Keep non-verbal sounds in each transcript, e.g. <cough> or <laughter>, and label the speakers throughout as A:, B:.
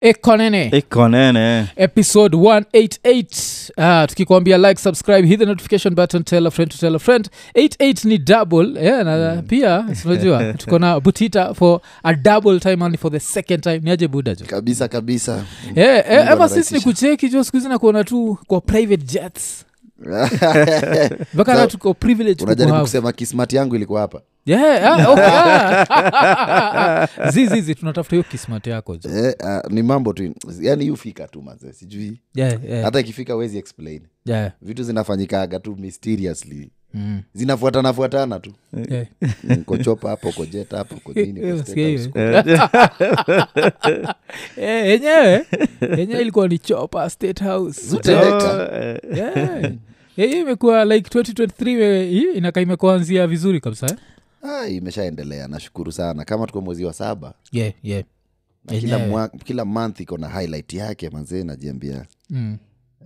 A: ekonene
B: ikonene
A: episode 188 uh, tukikwambia like subscribe hit the notification button tell a friend to tell a friend 88 ni double yeah, na mm. pia
C: <laughs>
A: sinajua tuko na butita for a double time only for the second time niaje buda jo
C: kabisa kabisa
A: <laughs> yeah,
C: Mungu
A: e, ever since ni
C: anarahisisha.
A: kucheki jo skuhizi nakuona tu kwa private jets mpaka hata
C: Sa-
A: tuko privilege
C: unajaribu kusema kismat yangu ilikuwa hapa
A: ah, <laughs>
C: <laughs>
A: zizizi tunatafuta hiyo kismat yako jo
C: eh, uh, ni mambo tu yani hiyo fika tu manze sijui
A: yeah, yeah,
C: hata ikifika wezi explain
A: yeah.
C: vitu zinafanyikaga tu mysteriously
A: Mm.
C: zinafuatana fuatana
A: <laughs>
C: tu
A: Yeah.
C: kochopa hapo kojeta
A: <laughs>
C: hapo
A: Eh,
C: kojini
A: sikia hiyo. Eh, yenyewe yenyewe ilikuwa ni chopa state house
C: zutendeka
B: Oh,
A: Yeah. Eh, hiyo imekuwa like 2023 we- hii inakaa imekuanzia vizuri kabisa eh?
C: Ah, imeshaendelea nashukuru sana kama tuko mwezi wa saba
A: yeah, yeah.
C: na kila,
A: Yenyewe.
C: mwa, kila month iko na highlight yake manzee najiambia
A: Mm.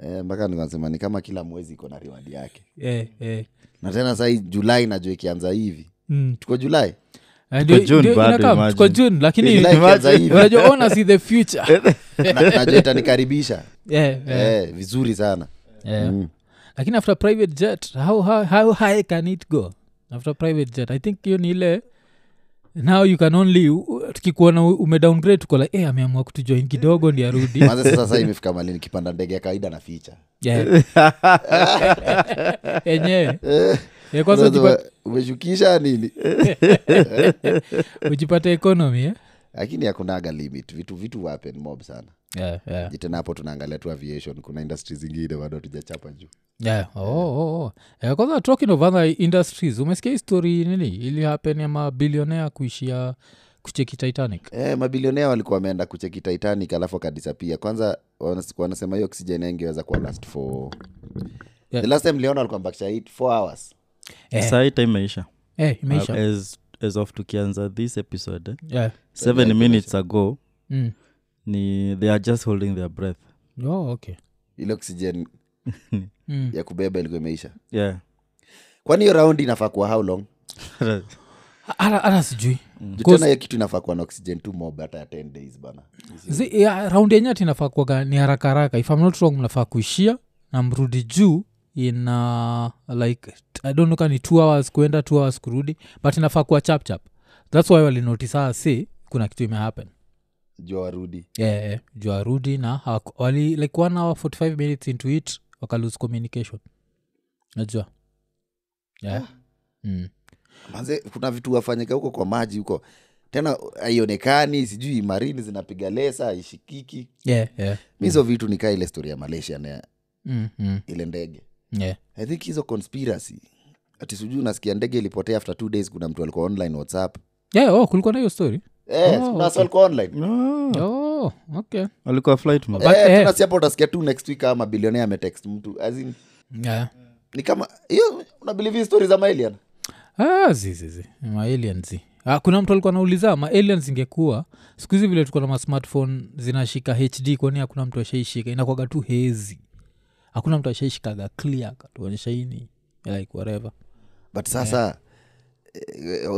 C: eh, mpaka nikasema ni kama kila mwezi iko na reward yake
A: Yeah, yeah.
C: na tena sahii julai najua ikianza hivi
A: Mm.
C: tuko julai
A: Eh, ndio-
B: June
A: ndio
B: bado,
A: inakam,
B: imagine.
A: tuko june lakini <laughs>
C: Julai ikianza hivi
A: unajua ona si the future
C: Na- najua itanikaribisha
A: yeah, yeah,
C: eh, vizuri sana
A: yeah.
C: Mm.
A: lakini after private jet how, how, how high can it go after private jet i think hiyo ni ile now you can only u- tukikuona u- umedowngrade tuko like hey, ameamua kutujoin kidogo ndi arudi
C: Manze sasa saa imefika mali nikipanda ndege ya kawaida na ficha
A: Yeah. <laughs> yenyewe Yeah, kwanza ujipa-
C: umeshukisha nini
A: ujipate economy eh?
C: lakini hakunaga limit vitu vitu wapen mob sana
A: yeah, yeah.
C: tena hapo tunaangalia tu aviation kuna industry zingine bado hatujachapa juu
A: Yeah. Oh, oh, oh. Eh, kwanza talking of other industries umesikia hii story nini ili happen ya mabilionea kuishia kucheki titanic
C: eh, mabilionea walikuwa wameenda kucheki titanic alafu akadisapia kwanza wanas- wanasema hiyo oxygen ingeweza kuwa last for
A: Yeah.
C: the last time liona walikuwa mbakisha 4 hours
A: Eh.
B: saa hii time imeisha Uh,
A: eh, imeisha
B: as, as of tukianza this episode eh,
A: yeah.
B: seven minutes ago
A: mm.
B: ni they are just holding their breath
A: oh, okay
C: ile oxygen
A: mm.
C: ya kubeba ilikuwa imeisha
B: yeah <laughs>
C: kwani hiyo raundi inafaa kuwa how long
A: Hata- hata sijui
C: Juu
A: Cause-
C: tena hiyo kitu inafaa kuwa na oxygen tu mob hata ya 10 days bana
A: Zi- ya, raundi yenye ati inafaa kuwaga ni haraka haraka if I'm not wrong mnafaa kuishia na mrudi juu in uh, like t- i don't know kama ni two hours kuenda two hours kurudi but inafaa kuwa chapchap thats why walinotisaa si kuna kitu imehappen
C: jua warudi
A: yeah, yeah. juu arudi na hawaku- wali like one hour 45 minutes into it wakalose communication najua yeah. mm.
C: manze kuna vitu wafanyika huko kwa maji huko tena haionekani sijui marini zinapiga lesa haishikiki
A: yeah, yeah.
C: mi hizo vitu nikaa ile stori ya malaysia na
A: Mm, mm,
C: ile ndege
A: yeah.
C: i think hizo conspiracy ati sijui unasikia ndege ilipotea after two days kuna mtu alikuwa online whatsapp
A: yeah oh, kulikuwa na hiyo story
C: Eh,
A: Oh,
C: kuna
A: okay.
C: wasi walikuwa online
B: no.
A: oh, okay
B: walikuwa flight mode.
A: But,
C: Eh,
A: eh.
C: tena si hapa utasikia tu next week kama bilionea ametext mtu as in,
A: yeah.
C: ni kama hiyo unabilivi stori za maelian
A: Ah, zi, zi, zi. maaliens ah, kuna mtu alikuwa anauliza maaliens ingekuwa siku hizi vile tuko na masmartphone zinashika hd kwani hakuna mtu ashaishika inakwaga tu hezi hakuna mtu ashaishikaga clear katuonyesha ini like whatever
C: but sasa eh,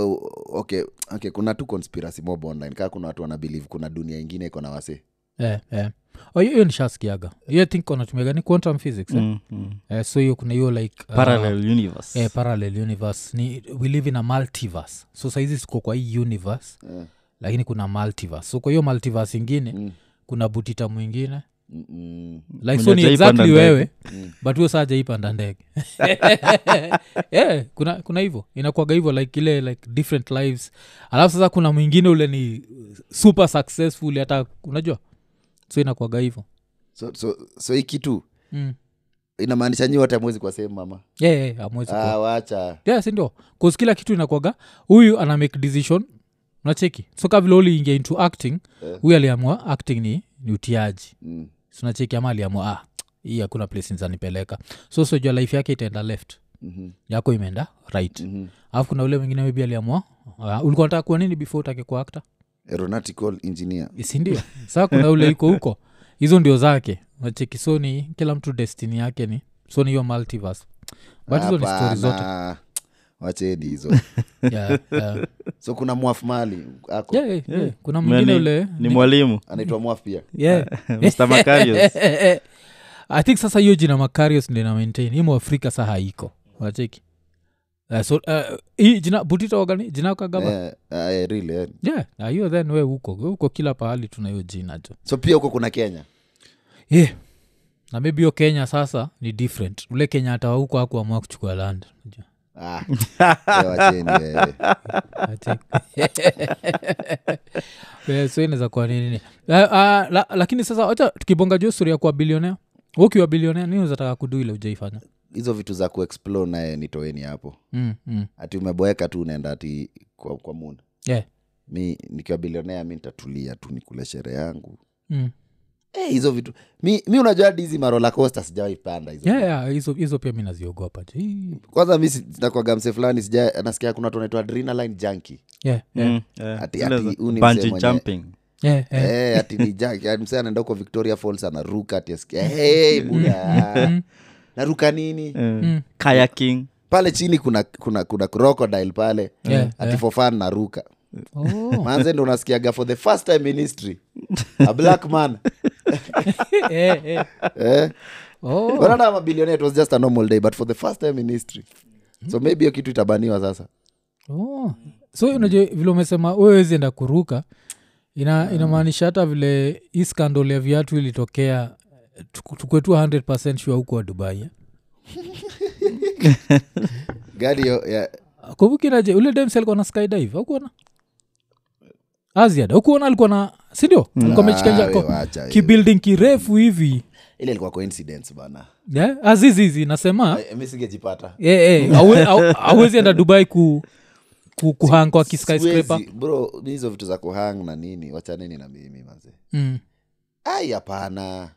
C: okay, okay kuna tu conspiracy mob online kaa kuna watu wanabilive kuna dunia ingine iko na wasee
A: eh, eh. Oh, hiyo hiyo nishaskiaga hiyo I think wanatumiaga ni quantum physics eh?
B: Mm, mm.
A: Eh, so hiyo kuna hiyo like ah,
B: parallel universe
A: eh, parallel universe ni we live in a multiverse so saizi siko kwa hii universe
C: Eh.
A: lakini kuna multiverse so kwa hiyo multiverse ingine
C: Mm.
A: kuna butita mwingine
C: Mm-mm.
A: like
B: Mwenye
A: so ni
B: hajaipanda
A: exactly
B: ndege.
A: wewe
C: Mm.
A: but huyo saa jaipanda
C: <laughs>
A: ndege yeah, kuna kuna hivyo inakuaga hivyo like ile like different lives alafu sasa kuna mwingine ule ni super successful hata unajua so inakuaga hivyo
C: so, so, so hii kitu
A: mm.
C: inamaanisha nyi wote amwezi kwa sehemu mama
A: yeah, yeah, yeah, amwezi kuwa-
C: ah, wacha
A: yeah, sindio bcause kila kitu inakwaga huyu ana make decision unacheki so kavile uliingia into acting
C: Eh.
A: huyu aliamua acting ni, ni utiaji
C: mm.
A: sunacheki ama aliamua ah, hii hakuna place nizanipeleka so sojua life yake itaenda left
C: mm-hmm.
A: yako imeenda right alafu
C: Mm-hmm.
A: kuna ule mwingine maybe aliamua uh, ulikuwa nataka kuwa nini before utake kuwa actor Eh,
C: aeronautical engineer
A: <laughs> sindio saa kuna ule iko huko hizo ndio zake nacheki so ni kila mtu destiny yake ni so ni hiyo multiverse but hizo ni
C: Hapana.
A: stori zote
C: wacheni hizo
A: <laughs> yeah, yeah.
C: so kuna mwaf mali ako
A: Yeah, yeah, yeah. kuna
B: Me
A: mwingine
B: ni-
A: ule
B: ni
A: <laughs>
B: mwalimu
C: anaitwa mwaf pia
A: yeah.
B: mr
A: Eh. <laughs>
B: macarius
A: i think sasa hiyo jina macarios ndio ina maintain himo afrika sa haiko wacheki uh, so uh, hii jina butita wagani jina kagaba yeah.
C: Eh, eh, really, eh.
A: yeah na hiyo then we huko we huko kila pahali tuna hiyo jina jo
C: so pia huko kuna kenya
A: yeah. na maybe hiyo kenya sasa ni different ule kenya atawa huko akuamua kuchukua land Unajua. <laughs>
C: Ah, eh, wacheni wewe.
A: I think. <laughs> Eh, so inaweza kuwa ni nini uh, uh, la, lakini sasa wacha tukibonga juu stori ya kuwa bilionea ukiwa bilionea nini uzataka kudu ile ujaifanya
C: hizo vitu za kuexplore naye nitoeni hapo
A: mm, mm.
C: ati umeboeka tu unaenda ati kwa, kwa muna
A: yeah.
C: mi nikiwa bilionea mi nitatulia tu nikule sherehe yangu
A: mm.
C: Eh, hizo vitu mi, mi unajua hadi hizi marola costa sijawahi panda hizo
A: yeah, yeah, hizo hizo pia mi naziogopa tu. Hii.
C: kwanza mi si- nakwaga mse fulani sija nasikia kuna tunaitwa adrenaline junkie
A: yeah, yeah,
B: Mm, eh,
C: Ati-
B: zile
C: ati
B: za-
C: huu ni
B: bungee
C: mzee mwenye-
B: jumping
A: yeah, yeah.
C: Eh, ati
A: <laughs>
C: ni junkie. Ati mse anaenda huko victoria falls anaruka ati asikia hey,
A: Mm-hmm.
C: buda naruka nini
B: Eh,
A: Mm.
B: kayaking
C: pale chini kuna kuna kuna crocodile pale
A: Yeah,
C: ati
A: yeah.
C: for fun naruka
A: Oh. <laughs>
C: manze ndo unasikiaga for the first time in history a black man
A: Eh, eh.
C: eh?
A: Oh.
C: But hata mabilionea, it was just a normal day but for the first time in history so maybe hiyo kitu itabaniwa sasa
A: Oh.
C: Mm.
A: so unajua vile umesema wewezi enda kuruka ina
C: Mm.
A: inamaanisha hata vile hii skandal ya viatu ilitokea tukwetua 100 sure huko wa dubai eh?
C: gari yo- ya
A: kubukinaje ule dems alikuwa na skydive aukuona aziada ukuona alikuwa na sindio alikuwa
C: Eh. Ah, we
A: amechikanjako
C: wacha hiyo.
A: kibuilding kirefu hivi
C: ile ilikuwa coincidence bana
A: yeah? azizizi nasema
C: Eh, mi singejipata
A: Eh,
C: <laughs>
A: eh, awe- au- awezi enda dubai ku, ku, kuhang kwa kiskyscraper
C: Siwezi, bro mi hizo vitu za kuhang na nini wachaneni na mimi mazee
A: mm.
C: ai hapana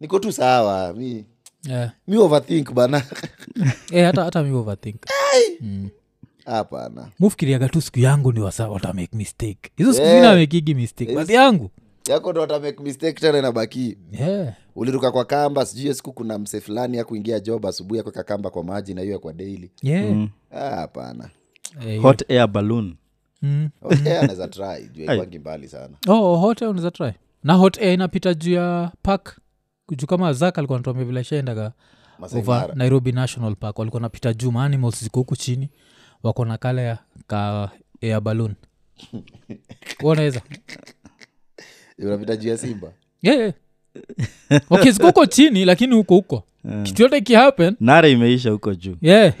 C: niko tu sawa mi
A: yeah.
C: mi overthink bana <laughs>
A: eh, hata, hata mi overthink mm.
C: hapana
A: mufikiriaga tu siku yangu ni wasa watamake mistake hizo siku
C: Yeah.
A: yeah. amekigi mistake
C: Yes.
A: basi yangu
C: yako ndo watamake mistake tena inabaki
A: yeah.
C: uliruka kwa kamba sijui hiyo siku kuna mse fulani akuingia job asubuhi akweka kamba kwa maji na hiyo ya kwa daily
A: Yeah.
B: Mm.
C: Ah, hapana
A: Eh,
B: hot air balloon
A: mm.
C: okay, Oh, anaweza try juu haikwangi mbali sana
A: oh, hot air unaweza try na hot air inapita juu ya park juu kama zak alikuwa natuambia vile shaendaga
C: Masai
A: over
C: Mara.
A: nairobi national park walikuwa napita juu maanimals ziko huku chini wako na kala ya ka air balloon wanaweza
C: unapita juu ya simba
A: yeah, yeah. okay ziko huko chini lakini huko huko kitu yote ikihappen
B: nare imeisha huko juu
A: yeah.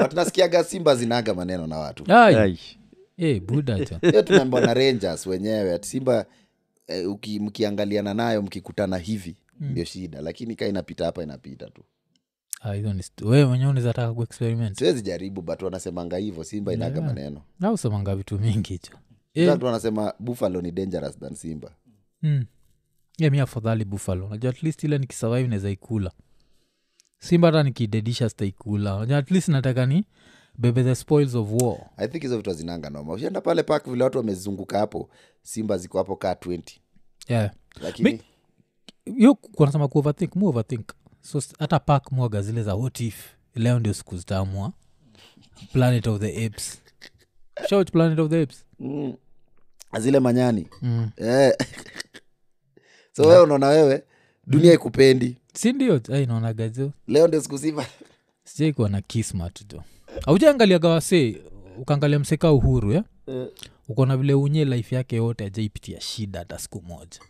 C: But nasikiaga simba zinaga maneno na watu
A: Ai.
B: Ai.
A: Eh, buda cha
C: hiyo tumeambiwa na rangers wenyewe ati simba eh, uki, mkiangaliana nayo mkikutana hivi
A: Mm.
C: ndio shida lakini ka inapita hapa inapita tu
A: Ah, hizo ni stu- wewe mwenyewe unaweza taka kuexperiment
C: siwezi jaribu but wanasemanga hivyo simba inaga
A: Yeah.
C: maneno
A: na usemanga vitu mingi cho
C: Sasa
A: yeah.
C: watu wanasema buffalo ni dangerous than simba
A: mm. yeah, mi afadhali buffalo najua at least ile nikisurvive naweza ikula simba hata nikidedisha sitaikula najua at least nataka ni bebe the spoils of war
C: i think hizo vitu hazinanga noma ushaenda pale pak vile watu wamezunguka hapo simba ziko hapo kaa 20
A: yeah.
C: lakini
A: Mi- yo kunasema kuoverthink mu overthink so s- hata pak mwaga zile za what if leo ndio siku zitaamua planet of the apes Shout planet of the apes
C: mm, zile manyani
A: mm.
C: eh. <laughs> so wewe unaona wewe dunia ikupendi
A: sindio naonagazo
C: leo ndio siku <laughs> simba
A: sijaikuwa na kismat jo aujaangaliaga wase ukaangalia mseka uhuru ya
C: Eh.
A: ukona vile unye life yake yote ajaipitia shida hata siku moja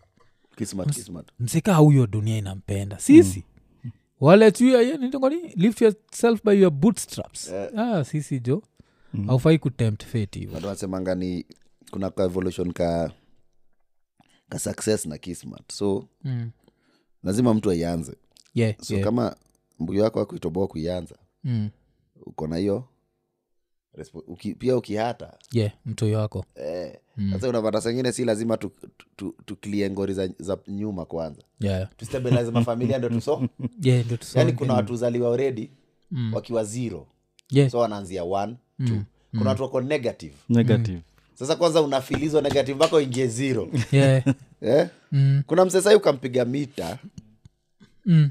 C: kismat kismat
A: mseka huyo dunia inampenda sisi
C: Hmm.
A: wale tu ya- ya- nitwa kwani, lift yourself by your bootstraps
C: Eh.
A: ah, sisi jo
C: Hmm.
A: haufai kutempt fate hivo
C: watu wanasemanga ni kuna ka evolution ka ka success na kismat so
A: mm.
C: lazima mtu aianze
A: yeah,
C: so
A: yeah.
C: kama mbuyo wako akuitoboa kuianza
A: Mm.
C: uko na hiyo respo- uki, pia ukihata
A: yeah mtoyo wako
C: eh,
A: Mm.
C: sasa unapata sengine si lazima tuklie tu, tu tuklie ngori za, za nyuma
A: <laughs>
C: kwanza
A: yeah.
C: tustabilize mafamilia ndo tuso
A: yeah, ndio tusonge.
C: yani Yaani kuna watu zaliwa already
A: Mm.
C: wakiwa zero
A: Yeah.
C: so wanaanzia one two
A: Mm.
C: kuna watu wako negative
B: negative
C: sasa kwanza unafilizwa negative mpaka uingie zero
A: <laughs> yeah.
C: eh?
A: mm.
C: kuna msesai ukampiga mita
A: Mm.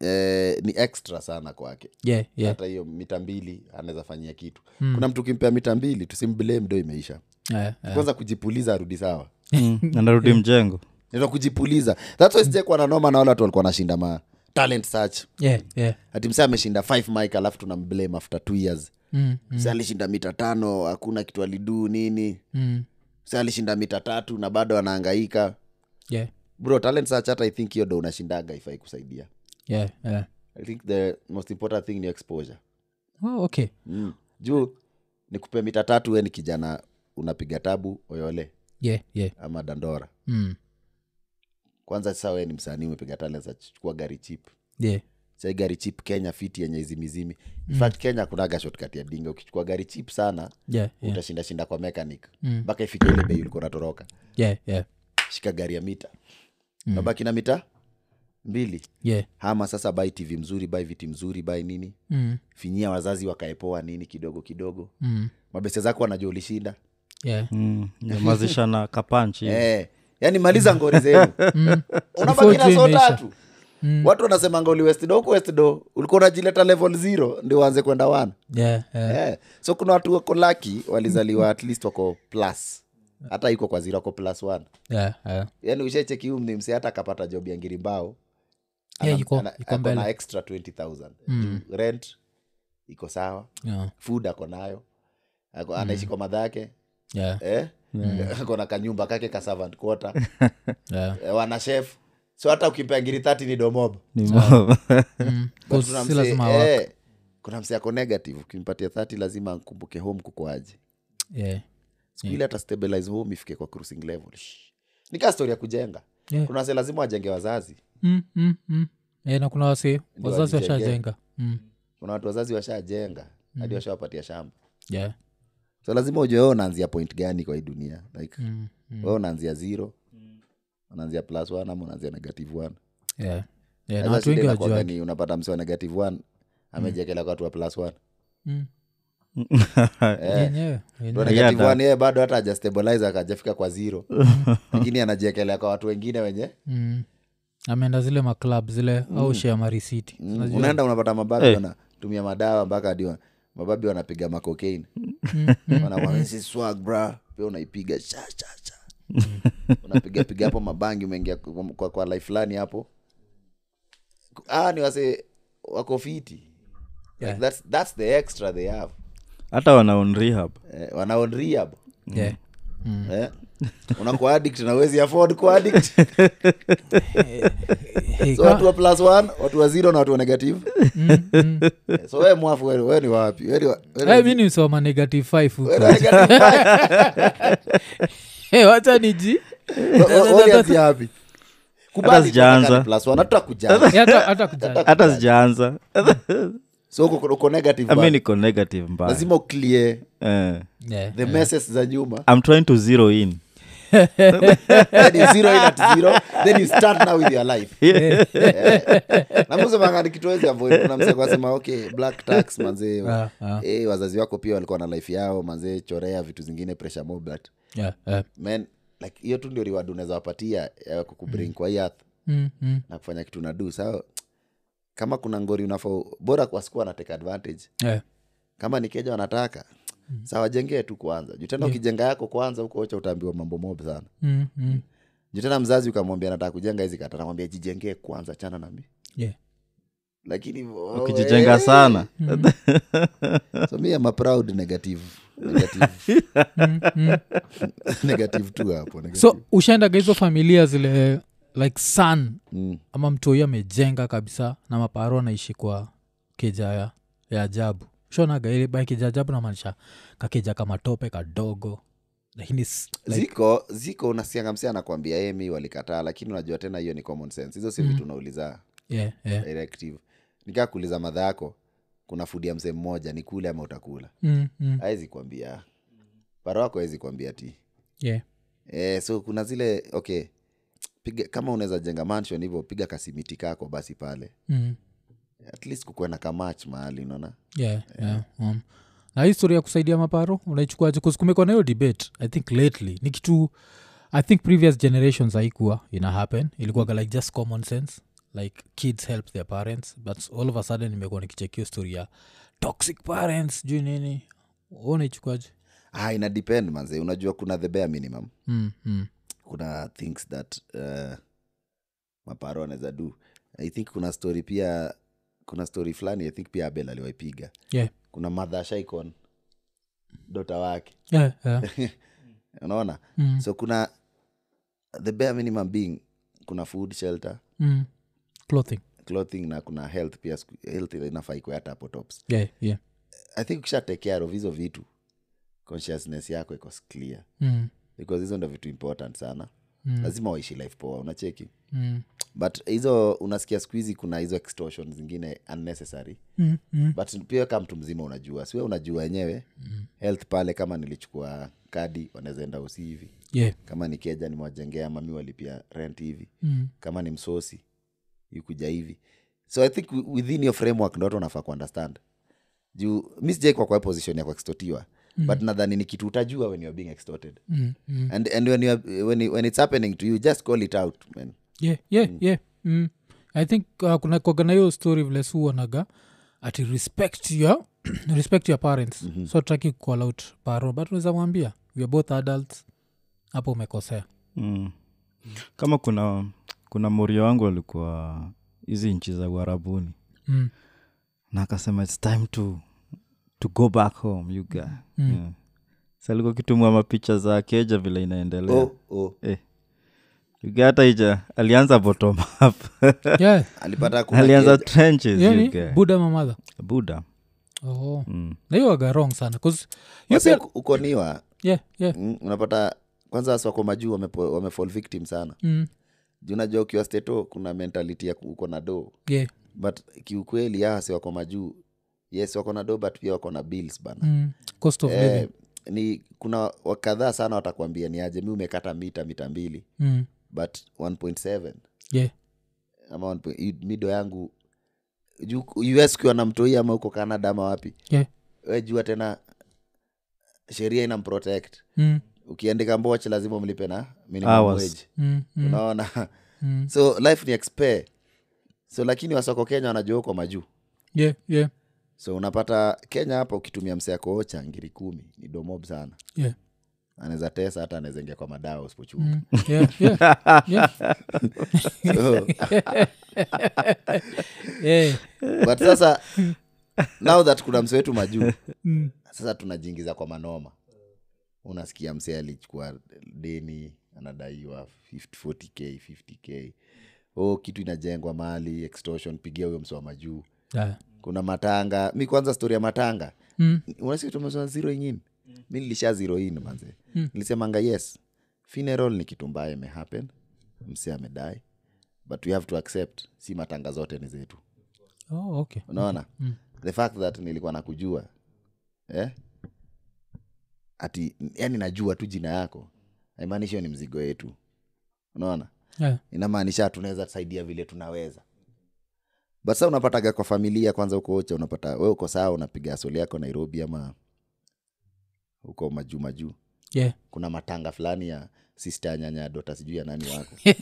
C: eh, ni extra sana kwake
A: yeah, yeah.
C: hata hiyo mita mbili anaweza fanyia kitu kuna mtu ukimpea mita mbili tusimblame do imeisha <laughs>
A: Yeah, yeah.
C: kwanza kujipuliza arudi sawa
A: Mm. <laughs>
B: Mm. anarudi mjengo
C: naeza kujipuliza thats why sijakuwa na noma na wale watu walikuwa wanashinda ma talent search
A: Yeah, yeah.
C: ati msee ameshinda 5 mik alafu tunamblame after two years
A: Mm,
C: msee alishinda mita tano hakuna kitu aliduu nini
A: mm,
C: msee alishinda mita tatu na bado anaangaika
A: yeah,
C: bro talent search hata i think hiyo ndo unashindaga ifai kusaidia
A: yeah, yeah.
C: i think the most important thing ni exposure
A: Oh, okay.
C: mm. juu nikupe mita tatu we ni kijana unapiga tabu oyole
A: Yeah, yeah.
C: ama dandora
A: Mm,
C: kwanza sasa we ni msanii umepiga talent search chukua gari chip
A: yeah.
C: sai gari chip kenya fiti yenye izimizimi mm. fact kenya kunaga shortcut ya dinga ukichukua gari chip sana
A: Yeah, yeah.
C: utashindashinda kwa mechanic
A: Mm.
C: mpaka ifike ile bei ulikuwa unatoroka
A: Yeah, yeah.
C: shika gari ya mita mm. abaki na mita mbili
A: Yeah.
C: hama sasa bai tv mzuri bai viti mzuri bai nini
A: Mm,
C: finyia wazazi wakaepoa nini kidogo kidogo
A: mm,
C: mabese zako wanajua ulishinda
A: yeah.
B: Mm, nyamazisha na kapanchi
C: eh, yani maliza ngori zenu
A: <laughs> Mm.
C: unabaki
A: Before
C: na so
A: tu imeisha. Mm.
C: tatu watu wanasemanga uli westdo huku westdo ulikuwa unajileta level zero ndio uanze kwenda wana
A: Yeah, yeah.
C: yeah. so kuna watu wako laki walizaliwa at least wako plus hata iko kwa zero wako plus one
A: Yeah, yeah.
C: yani ushecheki Yaani huyu mnimsi hata akapata job ya ngirimbao
A: Yeah,
C: ana-
A: yuko-
C: ana-
A: yuko
C: ako na
A: mbele.
C: extra 20000 mm. rent iko sawa
A: Yeah,
C: food ako nayo Ako- anaishi kwa madha yake
A: Mm. yeah,
C: eh? <laughs> ako na kanyumba kake ka servant quarter
A: yeah.
C: eh, wana chef so hata ukimpea ngiri 30 ni domobo
B: Ni mo-
A: <laughs> Mm.
C: But
A: 'Cause
C: kuna
A: si
C: msee-
A: lazima wa-
C: eh, kuna msee ako negative ukimpatia 30 lazima nkumbuke home kukoaje
A: Yeah,
C: sikuili hata stabilize home ifike kwa cruising level Shh. ni kaa stori ya kujenga
A: Yeah.
C: kuna wase lazima wajenge wazazi
A: Mm, mm, mm. Eh, na kuna wase
C: Ndio
A: wazazi
C: walijengea.
A: washajenga Mm.
C: kuna watu wazazi washajenga hadi washawapatia shamba
A: Yeah.
C: so lazima ujue wewe unaanzia point gani kwa hii dunia like
A: Mm, mm.
C: wewe unaanzia zero unaanzia plus one ama unaanzia negative one
A: Yeah. Yeah, na
C: Sasa
A: watu
C: shida
A: wengi Mm.
C: inakuwaga
A: wajua
C: ni unapata msee wa negative one amejekela kwa watu wa plus one
A: Mm. Ah,
C: Eh.
A: yenyewe
C: Ndio
A: yenyewe.
C: negative
B: Yeah,
C: one yeye bado hata hajastabilize akajafika kwa
A: <laughs>
C: zero lakini anajiekelea kwa watu wengine wenye
A: Mm. ameenda zile maclub zile au shea marisiti
C: Mm, unaenda unapata mababi wanatumia madawa mpaka hadi wa- mababi wanapiga makokain
A: Mm-hmm.
C: wanawaesi swag bra pia unaipiga cha cha cha unapiga piga hapo mabangi umeingia kwa, kwa, kwa life fulani hapo ah, ni wase wako fiti
A: Yeah.
C: like that's, that's the extra they have
B: <laughs> hata wana on rehab
C: eh, wana on rehab
A: yeah.
C: eh? unakuwa addict na uwezi afford kuwa addict
A: <laughs> Hey,
C: so watu wa plus one watu wa zero na watu wa negative Eh, so we mwafu we, we ni wapi we ni wa, we ni-
A: Mm-hmm. Eh, mi nimsoma negative five huko. <laughs>
C: we ni wa negative
A: Eh, wacha niji
C: walianzia wapi
B: Hata sijaanza.
C: kubaatutakujaa
A: Eh, hata- hata
C: <laughs>
A: kujali.
B: hata sijaanza
C: so uko- uko negative
B: mi
C: bado.
B: niko negative mbaya
C: lazima uclear
B: eh.
A: Yeah.
C: the messes za nyuma
B: I'm trying to zero in
C: then you zero in at zero then you start now with your life Eh. na msemanga ni kitu wezi avoid kuna mse kwasema okay black tax manzee
A: Ah, ah.
C: Eh, wazazi wako pia walikuwa na life yao manzee chorea vitu zingine pressure more but
A: Yeah, yeah.
C: man like hiyo tu ndio reward unaweza wapatia ya kukubring kwa hii earth
A: Mm, mm.
C: na kufanya kitu nadu sao kama kuna ngori unafaa bora wasikuwa wanateka advantage
A: Yeah.
C: kama ni kenya wanataka sa wajengee tu kwanza juu tena ukijenga yako kwanza huko ocha utaambiwa mambo mob sana
A: Mm, mm.
C: juu tena mzazi ukamwambia nataka kujenga hizi kata namwambia jijengee kwanza chana nami
A: Yeah.
C: lakini oh,
B: ukijijenga
C: eh,
B: sana
C: so mi am a proud negative negative <laughs> negative tu hapo negative.
A: mm, so ushaendaga hizo familia zile like son
C: mm.
A: ama mtoi amejenga kabisa na maparo anaishi kwa keja ya, ya ajabu ushaonaga ile by keja ya ajabu namaanisha kakeja kama tope kadogo lakini s- like,
C: ziko ziko unasianga msi anakwambia "Eh, mi walikataa lakini unajua tena hiyo ni common sense hizo si vitu unauliza
A: yeah, yeah.
C: directive nikaa kuuliza madha yako kuna fudi ya msee mmoja ni kule ama utakula
A: Mm, mm,
C: awezi kuambia paro wako awezi kuambia ti
A: yeah.
C: e, so kuna zile okay piga, kama unaweza jenga mansion hivyo piga kasimiti kako basi pale
A: Mm.
C: at least kukuwe na kamach mahali unaona
A: yeah, yeah. Um, na hii story ya kusaidia maparo unaichukuaje kusikumekwa na hiyo debate i think lately ni kitu i think previous generations haikuwa ina happen ilikuwaga like just common sense like kids help their parents but all of a sudden imekuwa nikichekio story ya toxic parents juu nini unaichukaji
C: ah, ina depend manze unajua kuna the bare minimum
A: mm, mm.
C: kuna things that uh, maparo anaweza do i think kuna story pia kuna story fulani i think pia abel aliwaipiga
A: yeah.
C: kuna madha shaikon dota wake
A: Yeah, yeah.
C: unaona
A: Mm.
C: so kuna the bare minimum being kuna food shelter
A: mm. clothing
C: clothing na kuna health pia siku- health inafaa ikuwe hata hapo tops
A: yeah, yeah.
C: i think ukisha take care of hizo vitu consciousness yako iko clear
A: Mm.
C: because hizo ndo vitu important sana
A: Mm.
C: lazima waishi life poa unacheki
A: Mm.
C: but hizo unasikia siku hizi kuna hizo extortion zingine unnecessary
A: Mm. Mm.
C: but pia ka mtu mzima unajua siwe unajua wenyewe mm. health pale kama nilichukua kadi wanaweza enda usi hivi
A: Yeah.
C: kama ni keja nimewajengea mami walipia rent hivi
A: Mm.
C: kama ni msosi yukuja hivi so i think wi- within your framework ndo watu wanafaa kuunderstand juu mi sijaikwa kwa position ya kuextotiwa mm. but nadhani ni kitu utajua when youare being extorted
A: Mm. Mm.
C: and, and when, you are, when, it- when it's happening to you just call it out man
A: yeah, yeah, yeah. Mm. i think uh, kuna kwagana hiyo story vile suonaga ati respect your <clears throat> respect your parents mm-hmm. so taki call out paro but unaweza mwambia weare both adults hapo umekosea
B: mm. kama kuna kuna morio wangu walikuwa hizi nchi za uharabuni
A: mm.
B: na akasema its time to, to go back home you guy mm. yeah. salikuwa kitumwa mapicha za keja vile inaendelea
C: oh, oh.
B: eh. You guy hata ija alianza bottom up
A: yeah.
C: alipata
B: <laughs>
C: kuna
B: alianza
C: keja.
B: trenches you
A: yani
B: guy.
A: buda mamadha
B: buda
A: oh.
B: mm.
A: na hiyo waga wrong sana 'cause hiyo
C: Wasa
A: pia-
C: uko- ukoniwa
A: yeah, yeah.
C: mm, unapata kwanza wasi wako majuu wamepo- wamefall victim sana
A: Mm.
C: juu unajua ukiwa steto kuna mentality ya ku- uko na doo
A: yeah.
C: but kiukweli yasi wako majuu yes wako na doo but pia wako na bills bana
A: Mm. cost of
C: eh,
A: living
C: ni kuna wakadhaa sana watakwambia ni aje mi umekata mita mita mbili
A: mm.
C: but 1.7
A: yeah.
C: ama 1. i- mido yangu juu us ukiwa na mtoi ama huko canada ama wapi
A: yeah.
C: we jua tena sheria ina mprotect
A: mm.
C: ukiandika mboch lazima umlipe na minimum
B: Hours.
C: wage.
A: Mm. Mm.
C: unaona <laughs>
A: Mm.
C: so life ni expare so lakini wasoko kenya wanajua kwa majuu
A: yeah. yeah.
C: so unapata kenya hapa ukitumia mseakoocha ngiri kumi ni domob sana
A: yeah.
C: anaweza tesa hata anaweza ingia kwa madawa usipochuka
A: Mm. yeah. yeah. yeah.
C: <laughs> So,
A: yeah.
C: but
A: <laughs>
C: sasa now that kuna mse wetu majuu
A: Mm.
C: sasa tunajiingiza kwa manoma unasikia mse alichukua deni anadaiwa 50, 40k 50k o Oh, kitu inajengwa mali extortion pigia huyo mse wa majuu
A: Yeah.
C: kuna matanga mi kwanza stori ya matanga
A: Mm.
C: unasikia tumesema zero ingine mi nilisha zero in manze
A: Mm.
C: nilisemanga yes funeral ni kitu mbaya imehappen mse amedai but we have to accept si matanga zote ni zetu
A: Oh, okay.
C: unaona mm. the fact that nilikuwa nakujua eh? ati yani najua tu jina yako haimaanishi hiyo ni mzigo yetu unaona
A: Yeah.
C: inamaanisha tunaweza saidia vile tunaweza but sa unapataga kwa familia kwanza huko ocha unapata we uko sawa unapiga soli yako nairobi ama huko majuu majuu
A: Yeah.
C: kuna matanga fulani ya sista ya nyanya ya dota sijui ya nani wako
A: <laughs>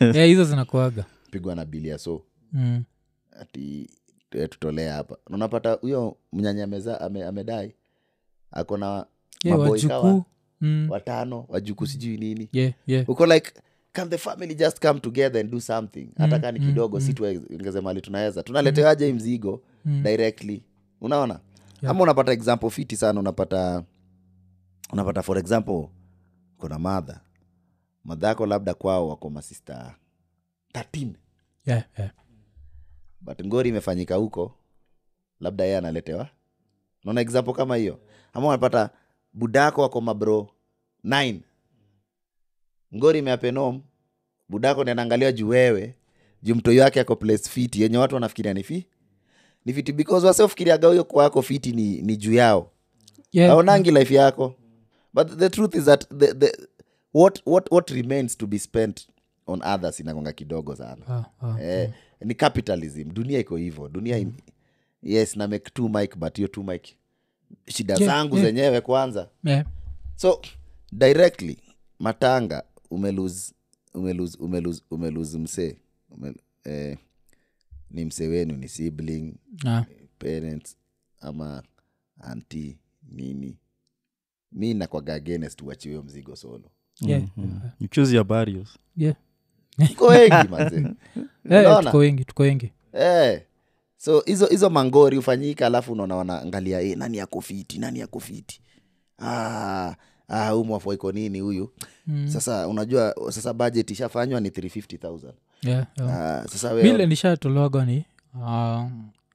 A: yeah, hizo zinakuaga
C: pigwa na bili ya so
A: mm.
C: ati eh, tutolee hapa Na unapata huyo mnyanya ameza ame, amedai ako na
A: yeah,
C: maboi kawa
A: wajukuu mm.
C: watano wajuku sijui nini
A: yeah, yeah.
C: uko like can the family just come together and do something hata kani kidogo si tuongeze mali tunaweza tunaletewaje hii mzigo
A: Mm.
C: directly unaona ama unapata example fiti sana unapata unapata for example kuna madha madha yako labda kwao wako masista 13
A: Yeah, yeah.
C: but ngori imefanyika huko labda yeye analetewa naona example kama hiyo ama unapata budako wako mabro 9 ngori imeapenom budako nanaangaliwa juu wewe juu mtoi wake ako place fiti yenye watu wanafikiria ni fi ni fiti because wasiofikiriaga huyo kwako fiti ni, ni juu yao
A: Yeah,
C: aonangi life yako but the truth is that the, the, what, what, what remains to be spent on others inagonga kidogo sana
A: ah, ah.
C: eh, ni capitalism dunia iko hivyo dunia
A: Mm.
C: in, yes na make two mic but hiyo two mic shida
A: Yeah,
C: zangu
A: yeah.
C: zenyewe kwanza
A: Yeah.
C: so directly matanga umeluz umeluz umeluz umeluz msee Ume- eh, ni mse wenu ni sibling
A: Ah,
C: parents ama anti nini mi nakwaga against uachiwe hiyo mzigo solo
A: yeah,
B: Mm,
C: Mm-hmm.
B: you choose your
A: <laughs>
B: barriers
A: yeah.
C: iko
A: <laughs>
C: wengi mazee
A: Eh,
C: Unaona?
A: tuko wengi tuko wengi
C: Eh. so hizo hizo mangori hufanyika alafu unaona wanaangalia eh, nani yako fiti nani yako fiti ah, ah, huyu mwafua iko nini huyu mm. sasa unajua sasa budget ishafanywa ni 350000
A: yeah, yeah.
C: ah, sasa
A: mile
C: we,
A: nishatolewaga ni ah,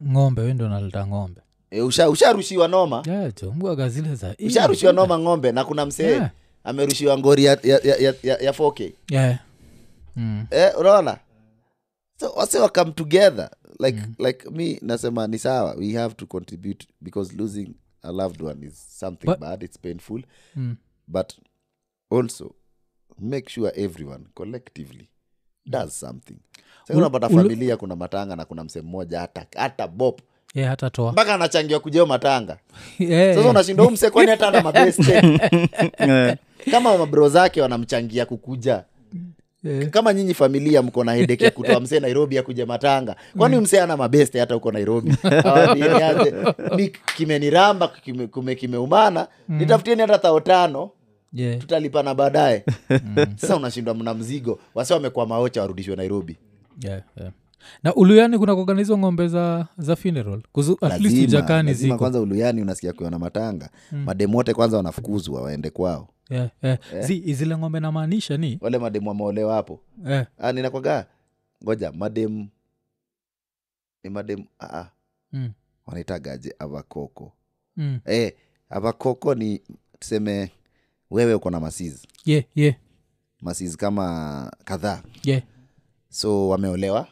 A: ng'ombe wendo naleta ng'ombe
C: eh, usha, usharushiwa noma
A: yeah, chomgwaga zile za
C: usharushiwa noma ng'ombe Ah. na kuna msee
A: Yeah.
C: amerushiwa ngori ya, ya, ya, ya, ya, ya 4k
A: yeah. mm.
C: eh, unaona so wase wakam together like mm. like mi nasema ni sawa we have to contribute because losing a loved one is something
A: But-
C: bad it's painful
A: Mm.
C: but also make sure everyone collectively
A: Mm.
C: does something Sasa
A: Ul-
C: unapata
A: ul-
C: familia kuna matanga na kuna msee mmoja hata hata bob
A: yeah, hata toa
C: mpaka anachangia kujeo matanga
A: <laughs> yeah,
C: sasa
A: yeah.
C: unashinda huu msee kwani
A: <laughs>
C: hata ana mabeste
B: Eh.
C: kama mabro zake wanamchangia kukuja
A: Eh.
C: kama nyinyi familia mko na hedeke ya kutoa msee nairobi akuja matanga kwani msee ana mabeste hata
A: <laughs>
C: huko nairobi Awaambieni aje, mi kimeniramba kime- kume- kimeumana
A: Mm.
C: nitafutieni hata thao tano <laughs>
A: yeah.
C: tutalipana baadaye
A: mm.
C: sasa unashindwa mna mzigo wase wamekuwa maocha warudishwe nairobi
A: yeah, yeah. na uluyani kuna kuogana hizo ng'ombe za za funeral kuzu at least
C: Lazima,
A: ujakani
C: lazima
A: ziko Mm.
C: kwanza uluyani unasikia kuwa na matanga mademu wote kwanza wanafukuzwa waende kwao
A: yeah, yeah.
C: Eh.
A: zi Eh, zile ng'ombe namaanisha ni Eh.
C: wale mademu wameolewa hapo
A: yeah.
C: Ah, ninakwaga ngoja mademu ni mademu ah, ah,
A: mm.
C: wanaitagaje avakoko
A: Mm.
C: eh, avakoko ni tuseme wewe uko na masiz
A: yeah, yeah,
C: masiz kama kadhaa
A: yeah.
C: so wameolewa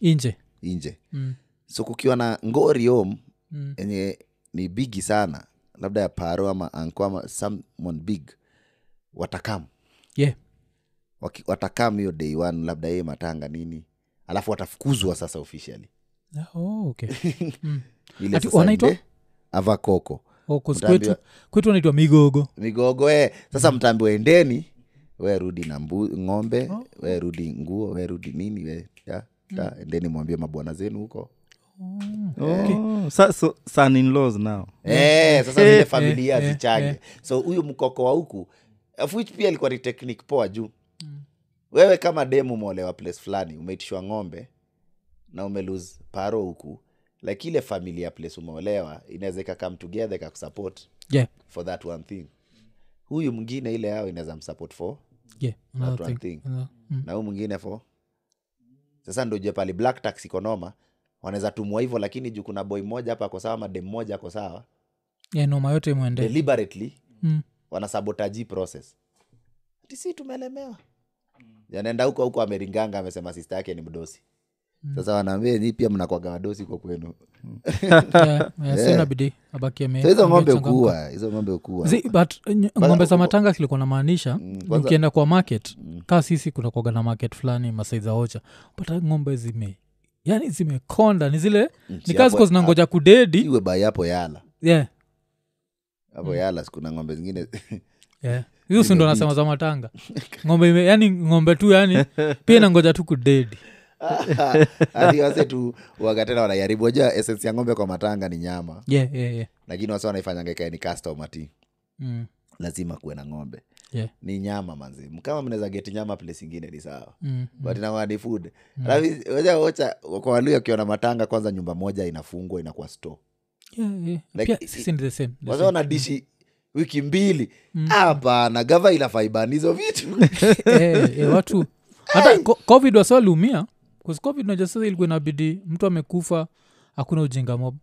A: inje
C: nje
A: mm.
C: so kukiwa na ngori om
A: Mm.
C: yenye ni bigi sana labda ya paro ama anko ama someone big watakam
A: yeah.
C: Waki- watakam hiyo day one labda yeye matanga nini alafu watafukuzwa sasa officially
A: Ah, oh, okay.
C: ile
A: Ati
C: sasa
A: wanaitwa?
C: ile avakoko
A: Oh, 'cause
C: Utaambiwa-
A: kwetu kwetu anaitwa migogo
C: migogo e sasa mtambiwa endeni we rudi na mbu, ng'ombe
A: Oh.
C: we rudi nguo we rudi nini we ya,
A: Mm.
C: ta, endeni mwambie mabwana zenu huko
A: Mm.
B: oh, sa- so, son in laws now
C: Eh, sasa zile familia
A: eh,
C: zichage
A: eh.
C: so huyu mkoko wa huku of which pia ilikuwa ni teknik poa juu
A: Mm.
C: wewe kama demu umeolewa place fulani umeitishwa ng'ombe na umelose paro huku like ile familia place umeolewa inaweza ikakam together ikakusupport
A: yeah.
C: for that one thing huyu mwingine ile yao inaweza msupport for
A: Yeah. another
C: That one
A: thing.
C: thing.
A: Another- mm.
C: na huu mwingine fo sasa ndo jue pali black tax iko noma wanaweza tumwa hivyo lakini juu kuna boy moja hapa ako sawa madem moja ako sawa
A: Yeah, noma yote mwende
C: deliberately <laughs>
A: mm.
C: wanasabotaji process ati si tumelemewa yanaenda huko huko ameringanga amesema sista yake ni mdosi sasa wanaambia nyi pia mnakwaga wadosi kwa kwenu
A: yeah, yeah, sina bidii abakie ame-
C: so hizo Eh. ng'ombe
A: amechangamka.
C: ukuwa hizo ng'ombe ukuwa
A: Zi- but uh, ny- ng'ombe za matanga kilikuwa namaanisha
C: Mm, kwanza- Mm.
A: ukienda kwa market kaa sisi kuna kuoga na market fulani masai za ocha pata ng'ombe zime yani zimekonda ni zile ni kaa
C: hapo-
A: ziko zinangoja kudedi
C: iwe bai hapo yala
A: yeah,
C: hapo yala sikuna ng'ombe zingine <laughs>
A: yeah. hizo sindo nasema za matanga <laughs> ng'ombe ime, yani ng'ombe tu <laughs> yani pia inangoja tu kudedi
C: hadi wase tu waga tena wanajaribu wajua essence ya ng'ombe kwa matanga ni nyama
A: yeah, yeah, yeah.
C: lakini wase wanaifanyanga ikae ni customer ati
A: Mm,
C: lazima kuwe na ng'ombe
A: yeah.
C: ni nyama manzi kama mnaweza geti nyama place ingine ni sawa
A: Mm.
C: but inakuwa ni food Alafu, wacha- wacha kwa waluya ukiona matanga kwanza nyumba moja inafungwa inakuwa store
A: Yeah, yeah.
C: Like,
A: pia sisi ni the same, the same.
C: wazaona dishi wiki mbili
A: Mm.
C: hapana gava ilafaiban hizo
A: <laughs>
C: vitu
A: <laughs> Eh, eh, <laughs> watu hata co- covid wasiwaliumia bcause covid najua sasa ilikuwa inabidi mtu amekufa hakuna ujinga mob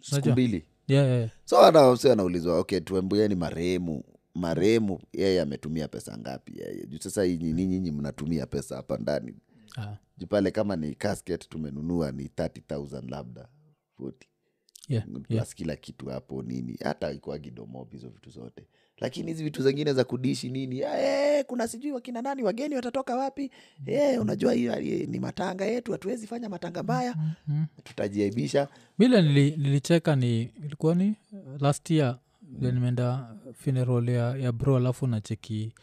C: siku
A: Unajua?
C: mbili
A: yeah, yeah.
C: so wanawasi wanaulizwa okay tuembuyeni marehemu marehemu yeye ametumia pesa ngapi yeye juu sasa hii nyinyi nyinyi mnatumia pesa hapa ndani
A: Ah,
C: Juu pale kama ni casket tumenunua ni 30000 labda 40
A: yeah, yeah.
C: plus kila kitu hapo nini hata ikwagidomob hizo vitu zote lakini hizi vitu zingine za kudishi nini "Ah, eh, kuna sijui wakina nani wageni watatoka wapi
A: Mm-hmm.
C: eh, unajua hiyo hali ni matanga yetu hatuwezi fanya matanga mbaya
A: Mm-hmm.
C: tutajiaibisha
A: mile nili, nilicheka ni ilikuwa ni uh, last year
C: Mm.
A: vile nimeenda funeral ya, ya bro alafu nacheki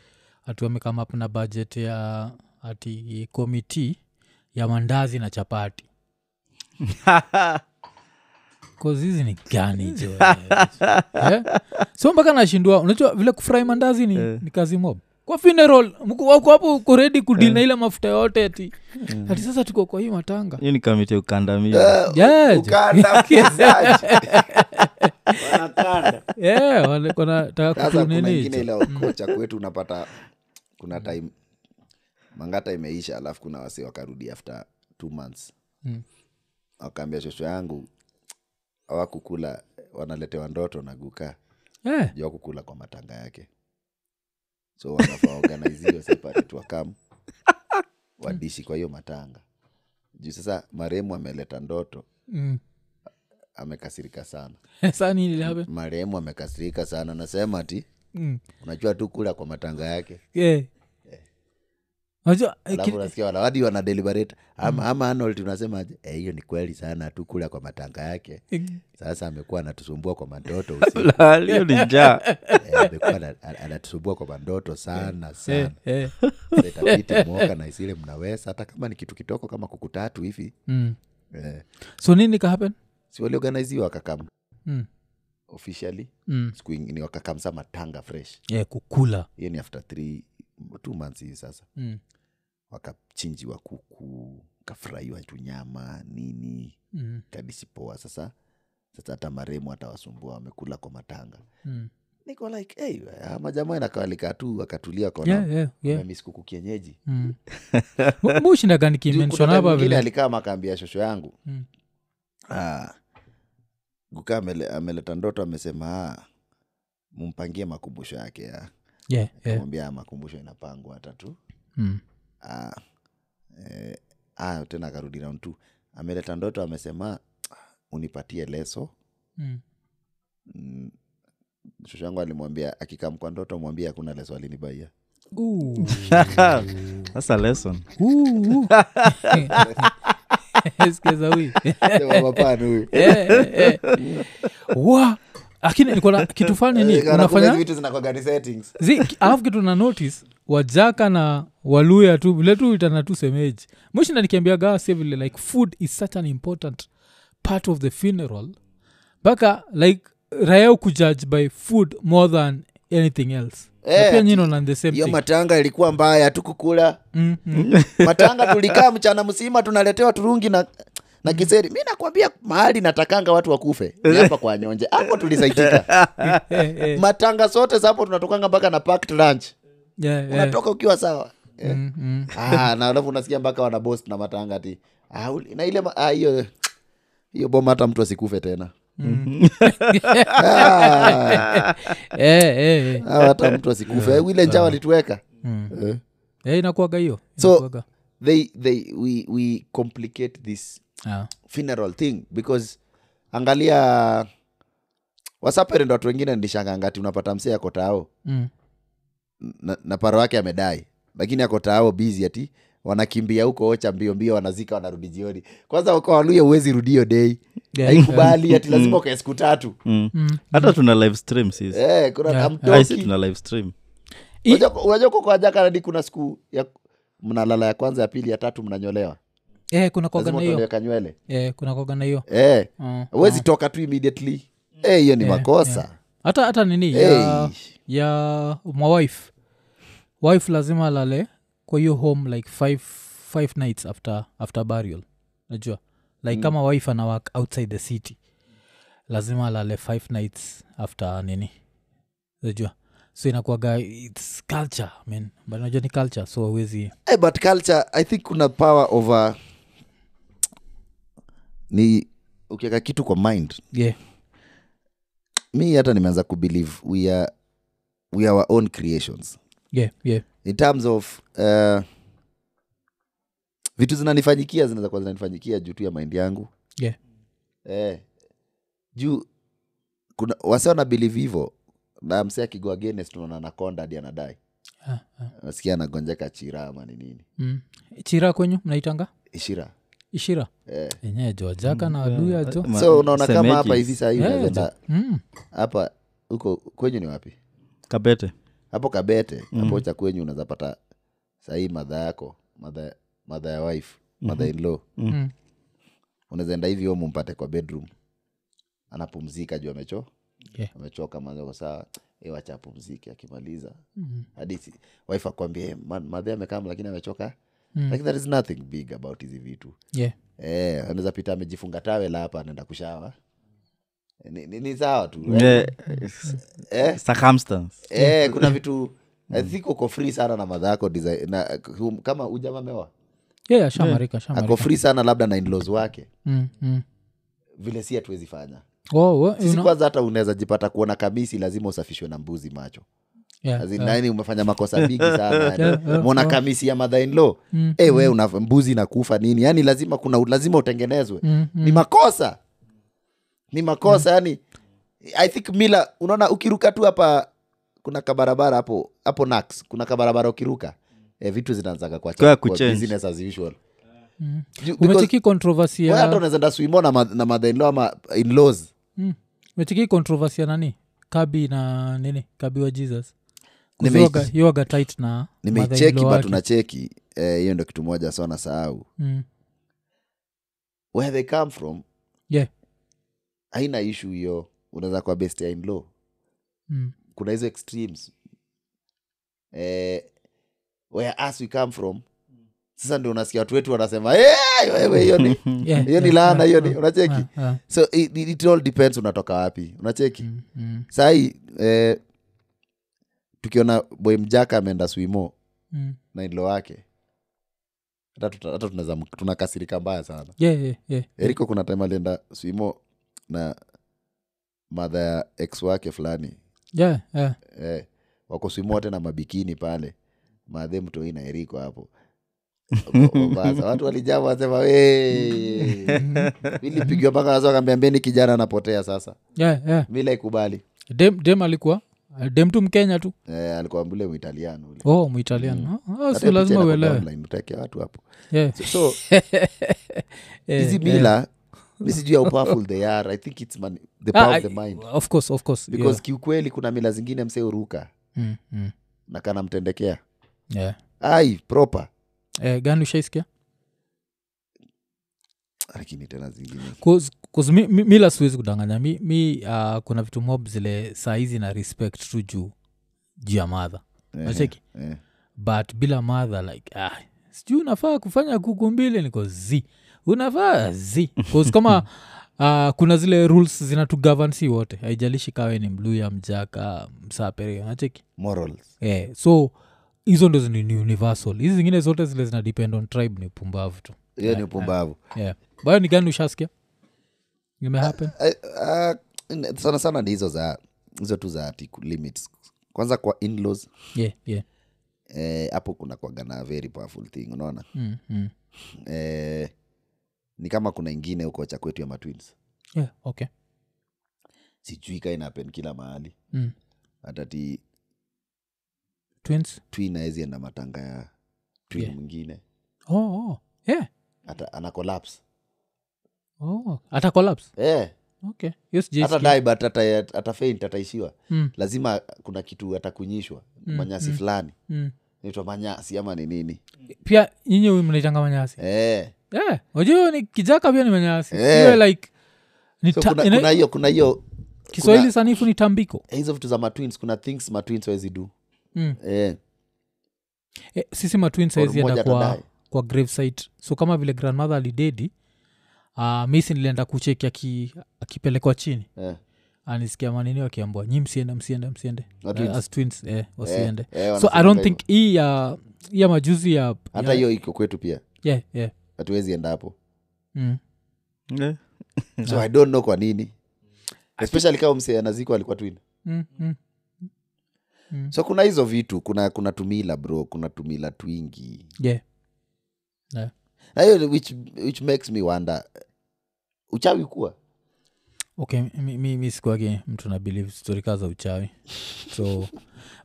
A: ati wamekama up na budget ya ati komiti ya mandazi na
C: <laughs>
A: chapati Cause hizi ni gani jo eh? so mpaka nashindwa unajua vile kufurahi mandazi ni,
C: Eh.
A: ni kazi mob kwa funeral mko- wako hapo uko redi
C: Eh.
A: kudina ile mafuta yote ti
C: Mm.
A: ati sasa tuko kwa hii matanga
B: hiyo ni kamiti ya ukandamizi
A: Eh.
B: <laughs>
A: Yeah, jo. <laughs>
C: Eh, ukanda mchezaji wanakanda
A: Yeah, wale kona- taka
C: sasa kuna
A: kutunini
C: ingine
A: hicho. Mm.
C: ile kocha kwetu unapata kuna time mangata imeisha alafu kuna wasi wakarudi after two months
A: Mm.
C: wakaambia shosho yangu awakukula wanaletewa ndoto na gukaa
A: Eh,
C: juu akukula kwa matanga yake so wanafaa organiziwe separate wakam wadishi kwa hiyo matanga juu sasa marehemu ameleta ndoto
A: mm. <laughs>
C: amekasirika sana
A: Sasa nini ile hapa?
C: marehemu amekasirika sana nasema ti
A: Mm.
C: unajua tu kula kwa matanga yake
A: Eh. Unajua, eh, ki-
C: alafu nasikia wanawadi wana deliberate ama, ama Arnold unasemaje "Eh, hiyo ni kweli sana tu kula kwa matanga yake
A: eh,
C: sasa amekuwa anatusumbua kwa mandoto usiku
B: Lali, hiyo ni njaa
C: Eh, amekuwa ana- ana- anatusumbua kwa mandoto sana
A: eh,
C: sana
A: eh.
C: Sasa itabidi mwoka na isile mnaweza hata kama ni kitu kitoko kama kuku tatu hivi
A: Mm.
C: eh,
A: so nini kahapen
C: si waliorganiziwa wakakam
A: mm.
C: officially
A: mm.
C: siku ingi- ni wakakam sa matanga fresh
A: yeah, kukula
C: hiyo ni after three two months hii sasa
A: mm.
C: wakachinjiwa kuku kafurahiwa tunyama nini
A: Mm.
C: kadisi poa sasa sasa hata maremu atawasumbua wamekula kwa matanga
A: Mm.
C: niko like hey, majamaa inakawalika tu akatulia kona
A: Yeah, yeah, yeah.
C: amemisiku kienyeji <laughs>
A: Mm. Mu- mushindaga
C: Juu kuna time
A: nikimenshonapa
C: ingine
A: vile
C: alikaa makaambia shosho yangu
A: Mm.
C: ah, guka amele, ameleta ndoto amesema ah, mumpangie makumbusho yake
A: Eh.
C: ah."
A: yeah, yeah.
C: nikamwambia "Ah, makumbusho inapangwa hata tu
A: Mm.
C: ah, eh, ah, tena akarudi round two ameleta ndoto amesema "Ah, unipatie leso
A: Mm.
C: mm, shosho yangu alimwambia akikam kwa ndoto mwambie hakuna leso <laughs> alinibaia
A: Ooh.
B: That's a lesson
C: <laughs>
A: Ooh. <laughs> Sikiza huyu. <laughs>
C: mapana huyu
A: Eh, eh, eh. Wa, lakini niko na kitu fani
C: Eh,
A: ni
C: Kuna
A: unafanya
C: vitu zinakuwaga ni settings
A: Zi- ki- alafu kitu na notice wajaka na waluya tu vile tu itana tu semeji mwishinda nikiambia gaa sie vile like food is such an important part of the funeral mpaka like raya ukujudge by food more than anything else
C: Eh,
A: Na pia
C: ati-
A: nyino na the same
C: hiyo
A: thing
C: matanga ilikuwa
A: <laughs>
C: mbaya tukukula
A: Mm,
C: <laughs>
A: mm.
C: matanga tulikaa mchana mzima tunaletewa turungi na na
A: Mm.
C: kiseri mi nakwambia mahali natakanga watu wakufe ni hapa kwa nyonje hapo tulisaitika
A: Eh, <laughs> eh,
C: matanga sote sapo tunatokanga mpaka na packed lunch
A: yeah, yeah.
C: unatoka ukiwa sawa Eh.
A: Mm, mm.
C: Ah, na alafu unasikia mpaka wana boast na matanga ti ah, uli- na ile ma- ah, hiyo hiyo boma hata mtu asikufe tena Ah,
A: Eh, eh, eh.
C: ah, hata mtu asikufe
A: <laughs>
C: Eh, ile njaa walituweka
A: Mm.
C: eh.
A: Ah. Eh, inakuwaga hiyo
C: So-
A: Inakuwaga.
C: they, they, we, we complicate this
A: Ah.
C: funeral thing because angalia wasaperend watu wengine nishangangati unapata msee ako tao
A: Mm.
C: na, na paro wake amedai lakini ako tao bizi ati wanakimbia huko ocha mbio mbio wanazika wanarudi jioni kwanza kwa waluya uwezi rudio dei
A: Yeah. <laughs>
C: haikubali ati lazima ukae siku tatu
B: Mm.
A: Mm.
B: hata tuna live stream sis
C: Eh, kuna
A: Yeah.
B: Ah, si
C: amtoki
B: tuna live stream
A: I-
C: unajua kwa kwa jaka hadi kuna siku ya mnalala ya kwanza ya pili ya tatu mnanyolewa
A: Eh, kuna kuwaga
C: lazima
A: na hiyo
C: utoleweka nywele
A: Eh, kuna kuwaga na hiyo
C: eh.
A: Ah,
C: huwezi
A: ah. Mm.
C: toka tu immediately Eh, hiyo ni
A: Yeah,
C: makosa Eh,
A: hata hata nini ya,
C: yeah.
A: ya mawife wife lazima lale kwa hiyo home like five, five nights after, after burial najua like mm. kama wife ana work outside the city lazima lale five nights after nini najua so inakuaga its culture man but najua ni culture so awezi
C: hey, Eh, but culture i think kuna power over ni ukiweka kitu kwa mind
A: yeah.
C: mi hata nimeanza kubelieve we are, we are our own creations
A: yeah, yeah.
C: in terms of uh, vitu zinanifanyikia zinaweza kuwa zinanifanyikia juu tu ya mind yangu
A: Yeah.
C: eh, juu kuna wase wana believe hivo na msee akigo against unaona anakonda hadi anadai
A: Ah, ah.
C: nasikia anagonjeka chira ama ni nini
A: Mm. chira kwenyu mnaitanga
C: ishira
A: ishira
C: eh.
A: enyewe jojaka na aluya jo
B: Ma-
C: so unaona
B: Semeki.
C: kama hapa hivi saa hivi
A: Yeah,
C: unaenda
A: mm.
C: hapa huko kwenyu ni wapi
B: kabete
C: hapo kabete hapo cha kwenyu unaweza pata sahii madha yako madha madha ya wife mother in law
A: Mm.
C: unaweza enda hivi home umpate kwa bedroom anapumzika juu amecho
A: Yeah.
C: amechoka manzako saa e wacha apumzike akimaliza hadi si- wife akwambia madhe amekaa lakini amechoka like there is nothing big about hizi vitu
A: Yeah.
C: eh, anaweza pita amejifunga tawela hapa anaenda kushawa Eh, ni, ni, ni sawa tu
B: Eh, s-
C: eh,
B: circumstance
A: <laughs>
C: eh, kuna vitu I think uko free sana na madha yako design- na, hum- kama ujama mewa
A: Yeah, yeah, shamarika shamarika
C: ako free sana labda na inlos wake
A: mm, mm.
C: vile si hatuwezi fanya
A: Oh, we-
C: sisi
A: una-
C: kwanza hata unaweza jipata kuona kamisi lazima usafishwe na mbuzi macho
A: yeah,
C: As in,
A: yeah.
C: yaani umefanya makosa
A: <laughs>
C: mingi sana
A: Yeah,
C: yani.
A: yeah,
C: mwona
A: yeah.
C: kamisi ya madhainlo mm, e we una mbuzi inakufa nini yani lazima kuna lazima utengenezwe
A: Mm,
C: ni makosa ni makosa yani i think mila unaona ukiruka tu hapa kuna kabarabara hapo hapo nax kuna kabarabara ukiruka e, vitu zinaanzaga kwa,
B: Kwa
C: cha-
B: kuchange.
C: business as usual
A: Mm.
C: Ju- because
A: umecheki controversy
C: wewe hata
A: ya
C: unaweza enda swimo na, ma, na mother-in-law ama in-laws
A: mm. umecheki controversy ya nani kabi na nini kabi wa jesus
C: Nimei-
A: yoga tight na
C: nimeicheki
A: mother-in-law
C: but
A: wake.
C: unacheki eh, hiyo ndo kitu moja so nasahau
A: Mm.
C: where they come from
A: Yeah.
C: haina ishu hiyo unaweza kuwa best ya in-law
A: Mm.
C: kuna hizo extremes eh, where us we come from sasa ndio unasikia watu wetu wanasema "Hey, wewe hiyo ni
A: Yeah,
C: Mm, hiyo ni
A: yeah,
C: laana
A: yeah,
C: hiyo ni
A: yeah,
C: unacheki
A: yeah, yeah.
C: so it, it all depends unatoka wapi unacheki
A: Mm, mm,
C: sahi eh, tukiona boy mjaka ameenda swimo
A: mm.
C: na ilo wake hata tuta- hata tunaweza m- tunakasirika mbaya sana
A: Yeah, yeah, yeah.
C: eriko kuna time alienda swimo na madha ya ex wake fulani
A: Yeah, yeah.
C: eh, wako swimo wote na mabikini pale madhe mtoi na eriko hapo Mombasa. watu walijaa wasema
A: <laughs>
C: ilipigiwa mpaka wazo wakaambia mbeni kijana anapotea sasa
A: Yeah, yeah.
C: mila ikubali
A: dem, dem alikuwa dem tu mkenya tu
C: eh, alikuwa mbule uitaliano ule
A: oh muitalian
C: Mm.
A: Ah, ah,
C: Hata
A: si
C: picha
A: lazima
C: inakuwa
A: uelewe
C: online, utawekea watu hapo
A: Yeah.
C: so, so
A: Eh,
C: hizi
A: eh.
C: mila mi sijui how powerful they are i think it's man, the
A: Ah,
C: power
A: I-
C: of the mind
A: of course of course
C: because kiukweli kuna mila zingine msee uruka
A: yeah. mm, mm.
C: na kanamtendekea
A: yeah.
C: ai proper
A: eh, gani ushaisikia
C: lakini tena zingine
A: Cause- cause mi, mi, mila siwezi kudanganya mi, mi uh, kuna vitu mob zile saa hizi na respect tu juu juu ya madha
C: Eh,
A: nacheki
C: eh.
A: but bila madha like ah, sijui unafaa kufanya kuku mbili niko z unafaa z Cause kama <laughs> uh, kuna zile rules zinatugavan si wote haijalishi kawe ni mluya mjaka msapere nacheki
C: morals
A: yeah. Eh, so hizo ndo ni ni universal hizi zingine zote zile zina depend on tribe ni pumbavu tu
C: hiyo ni upumbavu
A: yeah. bayo ni gani ushaskia imehappen
C: Eh, ah, n- sana sana ni hizo za hizo tu za ati ku- limits kwanza kwa inlaws
A: yeah, yeah.
C: eh, hapo kuna kuagana very powerful thing unaona
A: Mm, mm.
C: eh, ni kama kuna ingine huko cha kwetu ya matwins
A: yeah okay
C: sijui ka inapen kila mahali
A: mm.
C: hata ti
A: twins
C: twin aezi enda matanga ya twin
A: Yeah.
C: mwingine
A: oh, oh. yeah
C: hata ana collapse
A: oh. ata collapse
C: eh,
A: okay yes
C: hata
A: JSK.
C: die but ata, ata faint ataishiwa
A: Mm,
C: lazima kuna kitu atakunyishwa
A: Mm,
C: manyasi
A: mm.
C: fulani
A: mm.
C: naitwa manyasi ama ni nini
A: pia nyinyi huyu mnaitanga manyasi
C: eh.
A: yeah. wajua ni kijaka pia ni manyasi
C: Eh.
A: Iwe like ni
C: so
A: ta-
C: kuna
A: ina-
C: kuna hiyo kuna hiyo
A: kiswahili
C: kuna-
A: sanifu ni tambiko
C: eh, hizo vitu za matwins kuna things matwins wezi du
A: mm.
C: eh.
A: eh, sisi matwin saizi
C: mmoja
A: enda kwa,
C: atadai.
A: kwa grave site so kama vile grandmother alidedi uh, misi nilienda kucheki aki, akipelekwa chini
C: Eh.
A: anisikia manini wakiambwa nyi msiende msiende msiende
C: Na twins.
A: Eh, as twins eh, wasiende
C: Eh, eh,
A: so
C: wanasema
A: i don't
C: hivyo.
A: think hii ya hii ya majuzi ya
C: hata
A: ya-
C: hiyo iko kwetu pia
A: yeah, yeah.
C: hatuwezi enda hapo
A: Mm.
B: Eh,
C: so i don't know kwa nini especially kama msee anazikwa alikuwa twin
A: Mm, mm.
C: so kuna hizo vitu kuna kuna tumila bro kuna tumila twingi
A: yeah
C: na hiyo which, which makes me wonder uchawi kuwa
A: okay mi, mi, mi sikuage mtu na believe story kaa za uchawi
C: <laughs>
A: so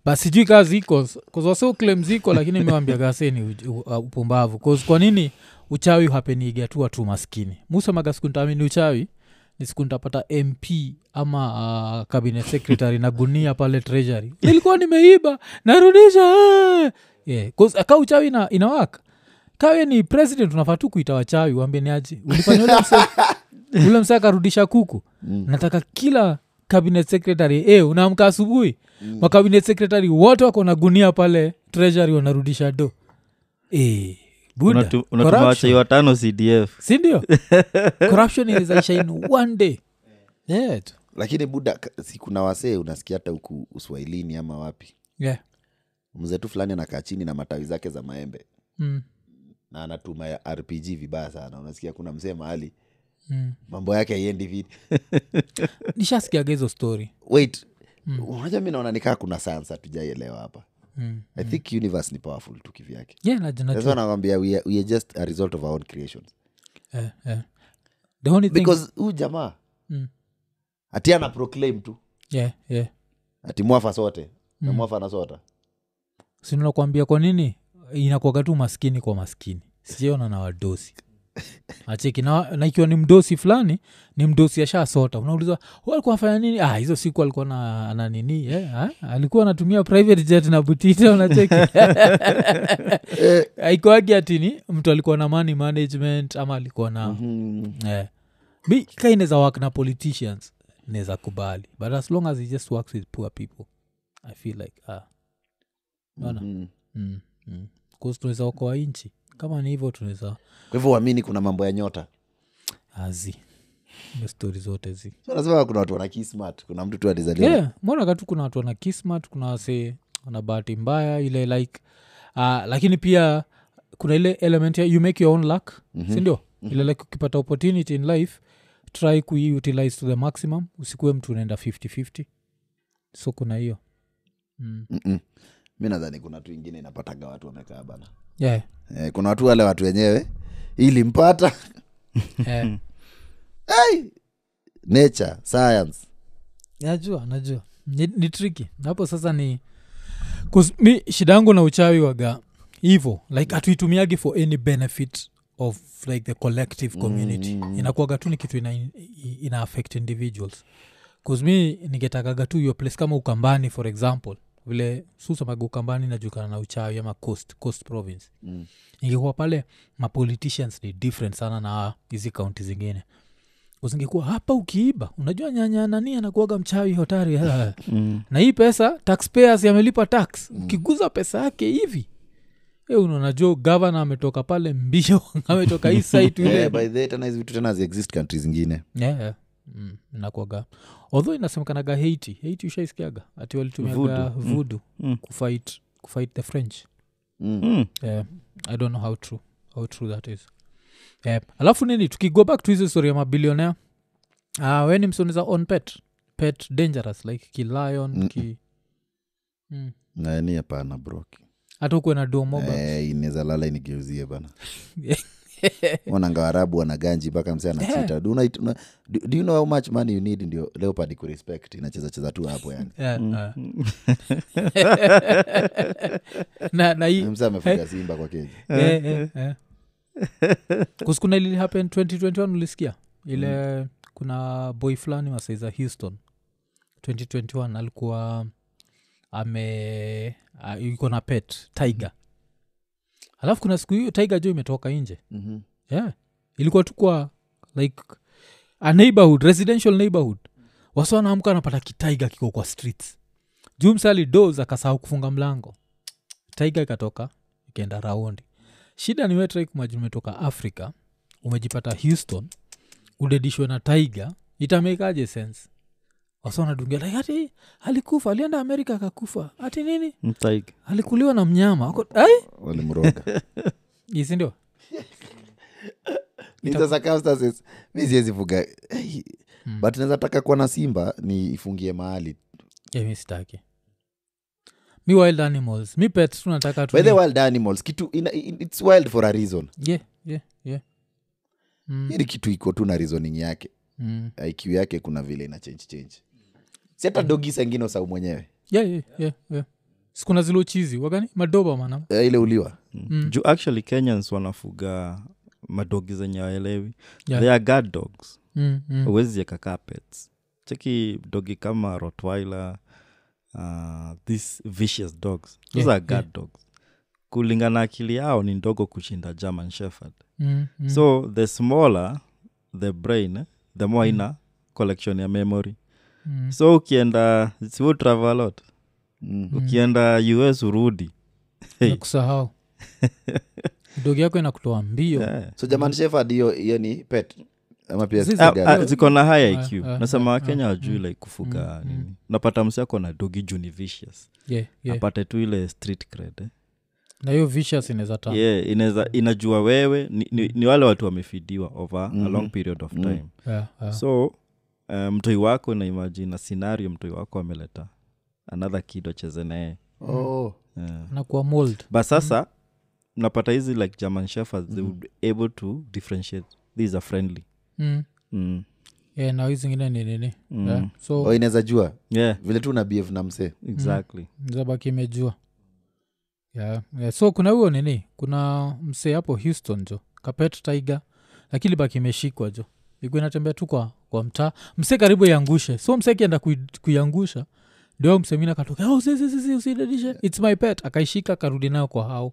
A: but sijui kaa ziko kazwasio claim ziko lakini mewambia gaseni uh, upumbavu kause kwa nini uchawi hapeniga tu watu maskini musemaga siku ntaamini uchawi ni siku ntapata mp ama uh, cabinet secretary na gunia pale <laughs> treasury uh, nilikuwa nimeiba narudisha eh. yeah. 'cause aka uchawi ina, inawaka kawe ni president unafaa tu kuita wachawi uambie ni aje ulifanya ule mse <laughs> ule mse akarudisha kuku mm. nataka kila cabinet secretary e unaamka asubuhi mm. macabinet secretary wote wako na gunia pale treasury wanarudisha do e, buda
B: Unatu- unatuma
A: corruption.
B: wachai watano cdf
A: sindio corruption ilizaisha in one day yeah, tu.
C: lakini buda k- si kuna wasee unasikia hata huku uswahilini ama wapi
A: yeah.
C: mzee tu fulani anakaa chini na matawi zake za maembe
A: Mm.
C: na anatuma ya rpg vibaya sana unasikia kuna mzee mahali
A: Mm.
C: mambo yake aiendi viti
A: nishasikiaga hizo story
C: wait unajua mi naona nikaa kuna sansa tujaielewa hapa
A: mm.
C: i think universe ni powerful tu kivyake
A: yeah, najua- najua.
C: sasa nakwambia we are, we are just a result of our own creations
A: Eh, eh. the only thing
C: because huyu jamaa
A: Mm.
C: ati ana proclaim tu
A: yeah, yeah.
C: ati mwafa sote na mwafa na sota
A: sinakuambia kwa nini inakuaga tu maskini kwa maskini sijaona na wadosi acheki na, na ikiwa ni mdosi fulani ni mdosi ashasota unauliza "Wewe alikuwa anafanya nini ah, hizo siku alikuwa na, na nini eh, ah, alikuwa anatumia private jet na butite unacheki Eh, aikoagi atini mtu alikuwa na money management ama alikuwa na
C: mm.
A: yeah. mi ka inaweza work na politicians naweza kubali but as long as it just works with poor people i feel like ah, Naona?
C: mm.
A: mm, mm. 'Cause tunaweza okoa nchi kama ni hivyo tunaweza
C: kwa hivyo uamini kuna mambo ya nyota
A: azi hiyo stori zote zi
C: so nasema kuna watu wana key smart kuna mtu tu alizaliwa
A: yeah, mbona katu kuna watu wana kismat kuna wase wana bahati mbaya ile like uh, lakini pia kuna ile element ya you make your own luck mm-hmm. sindio mm-hmm. ile like ukipata opportunity in life try kuiutilize to the maximum usikuwe mtu unaenda 5050 so kuna hiyo mm.
C: Mm-mm. mi nadhani kuna tu ingine inapataga watu wamekaa bana
A: yeah.
C: eh, kuna watu wale watu wenyewe ilimpata
A: eh,
C: nature science
A: najua najua ni, ni triki hapo sasa ni 'cause mi shida yangu na uchawi waga hivo like hatuitumiagi for any benefit of like the collective community mm. inakuaga tu ni kitu ina, ina affect individuals bcause mi ningetakaga tu hiyo place kama ukambani for example vile susemaga ukambani najukana na uchawi ama coast coast province
C: Mm.
A: ingekuwa pale mapoliticians ni different sana na hizi kaunti zingine usingekuwa hapa ukiiba unajua nyanya nani anakuaga mchawi hotari <laughs> na hii pesa taxpayers yamelipa tax ukiguza pesa yake hivi e unajua gavana ametoka pale mbio <laughs> ametoka hii site
C: eh,
A: ile
C: by the way, tena hizi vitu tena ziexist country zingine
A: yeah, yeah. Mm, nakwaga although inasemekanaga haiti haiti ushaisikiaga ati walitumiaga
B: Voodoo. Mm.
A: vudu
B: Mm.
A: kufight kufight the french
C: mm.
B: Mm.
A: yeah. i don't know how true how true that is yeah. alafu nini tukigo back to hizo story ya mabilionea uh, weni msioniza on pet pet dangerous like kilion
C: Mm.
A: ki mm.
C: nani hapana broki
A: hata ukuwe na domoba
C: Eh, inaweza lala inigeuzie bana wanangaarabu wanaganji mpaka mse anachita do, you know it- una- do, do you know how much money you need ndio leopard kurespect inachezacheza tu hapo yani
A: Yeah,
B: Mm.
A: <laughs> ah. na na hii
C: mse amefuga simba kwa keji
A: eh, eh, eh. <laughs> 'Cause kuna lili happen 2021 ulisikia ile kuna boy fulani wasaiza houston 2021 alikuwa ame a- yuko na pet tiger alafu kuna siku hiyo tiger jo imetoka nje
C: mm-hmm.
A: yeah. ilikuwa tu kwa like a neighborhood residential neighborhood wasi wanaamka anapata kitaiga kiko kwa streets juu msali dos akasahau kufunga mlango taiga ikatoka ikaenda raundi shida ni wetrek maji umetoka africa umejipata houston udedishwe na taiga itamekaje sense wasi wanadungia like hati alikufa alienda amerika akakufa hati nini
B: Mtaiga.
A: alikuliwa na mnyama Wako- ai
C: walimroga
A: isindio
C: Ni the circumstances. mi siwezi fuga Eh, but naweza taka kuwa na simba niifungie mahali
A: Yeah, mi sitaki mi wild animals mi pets tunataka tu
C: by the
A: ni-
C: wild animals kitu ina, it's wild for a reason
A: yeah, yeah, yeah. Mm,
C: hili Mm-hmm. kitu iko tu na reasoning yake
A: mm.
C: iq yake kuna vile ina change change si hata dogi sangine usau mwenyewe
A: Yeah, yeah, yeah, yeah. sikuna zilo chizi wagani madoba mana
C: Eh, ile uliwa
A: Mm.
B: juu actually kenyans wanafuga madogi zenye waelewi
A: Yeah.
B: they are guard dogs
A: mm, mm.
B: uwezi eka carpets cheki dogi kama rotwiler uh, these vicious dogs those
A: Yeah,
B: are guard dogs kulingana akili yao ni ndogo kushinda german shepherd
A: mm, mm.
B: so the smaller the brain the more ina collection ya memory
A: Mm.
B: so ukienda siu travelot
C: Mm.
B: ukienda us urudi Hey.
A: nakusahau dogi yako inakutoa mbio
B: yeah.
C: so jaman shefard hiyo hiyo ni pet ama pia
A: Zizi.
B: Ah,
C: gari?
B: ah, ziko na high iq
A: Ah, ah,
B: nasema
A: ah,
B: wakenya
A: ah,
B: wajui
A: mm,
B: like kufuga nini napata msi ako na dogi juu ni vicious
A: yeah, yeah.
B: apate tu ile street cred eh.
A: na hiyo vicious inaweza ta
B: yeah, inaweza inajua wewe ni, ni, ni wale watu wamefidiwa over
A: Mhm.
B: a long period of
A: Mm.
B: time
A: yeah, yeah.
B: so uh, mtoi wako na imagine a scenario mtoi wako ameleta another kid wacheze naye
C: Oh.
B: yeah.
A: nakuwa mold
B: but sasa napata hizi like german shepherds
A: Mhm.
B: they would be able to differentiate these are friendly
A: mm.
B: mm.
A: yeah, na hizi zingine ni nini mm. yeah. so
C: oh inaweza jua
B: yeah
A: Mm.
C: vile tu una bf na msee
B: exactly
A: zabaki imejua yeah. yeah. so kuna huo nini kuna msee hapo houston jo kapet tiger lakini baki imeshikwa jo iku inatembea tu kwa, kwa mtaa msee karibu iangushe so msee akienda kui- kuiangusha ndio msemina katoka oh, si, si, si, si, usidadishe its my pet akaishika akarudi nayo kwa hao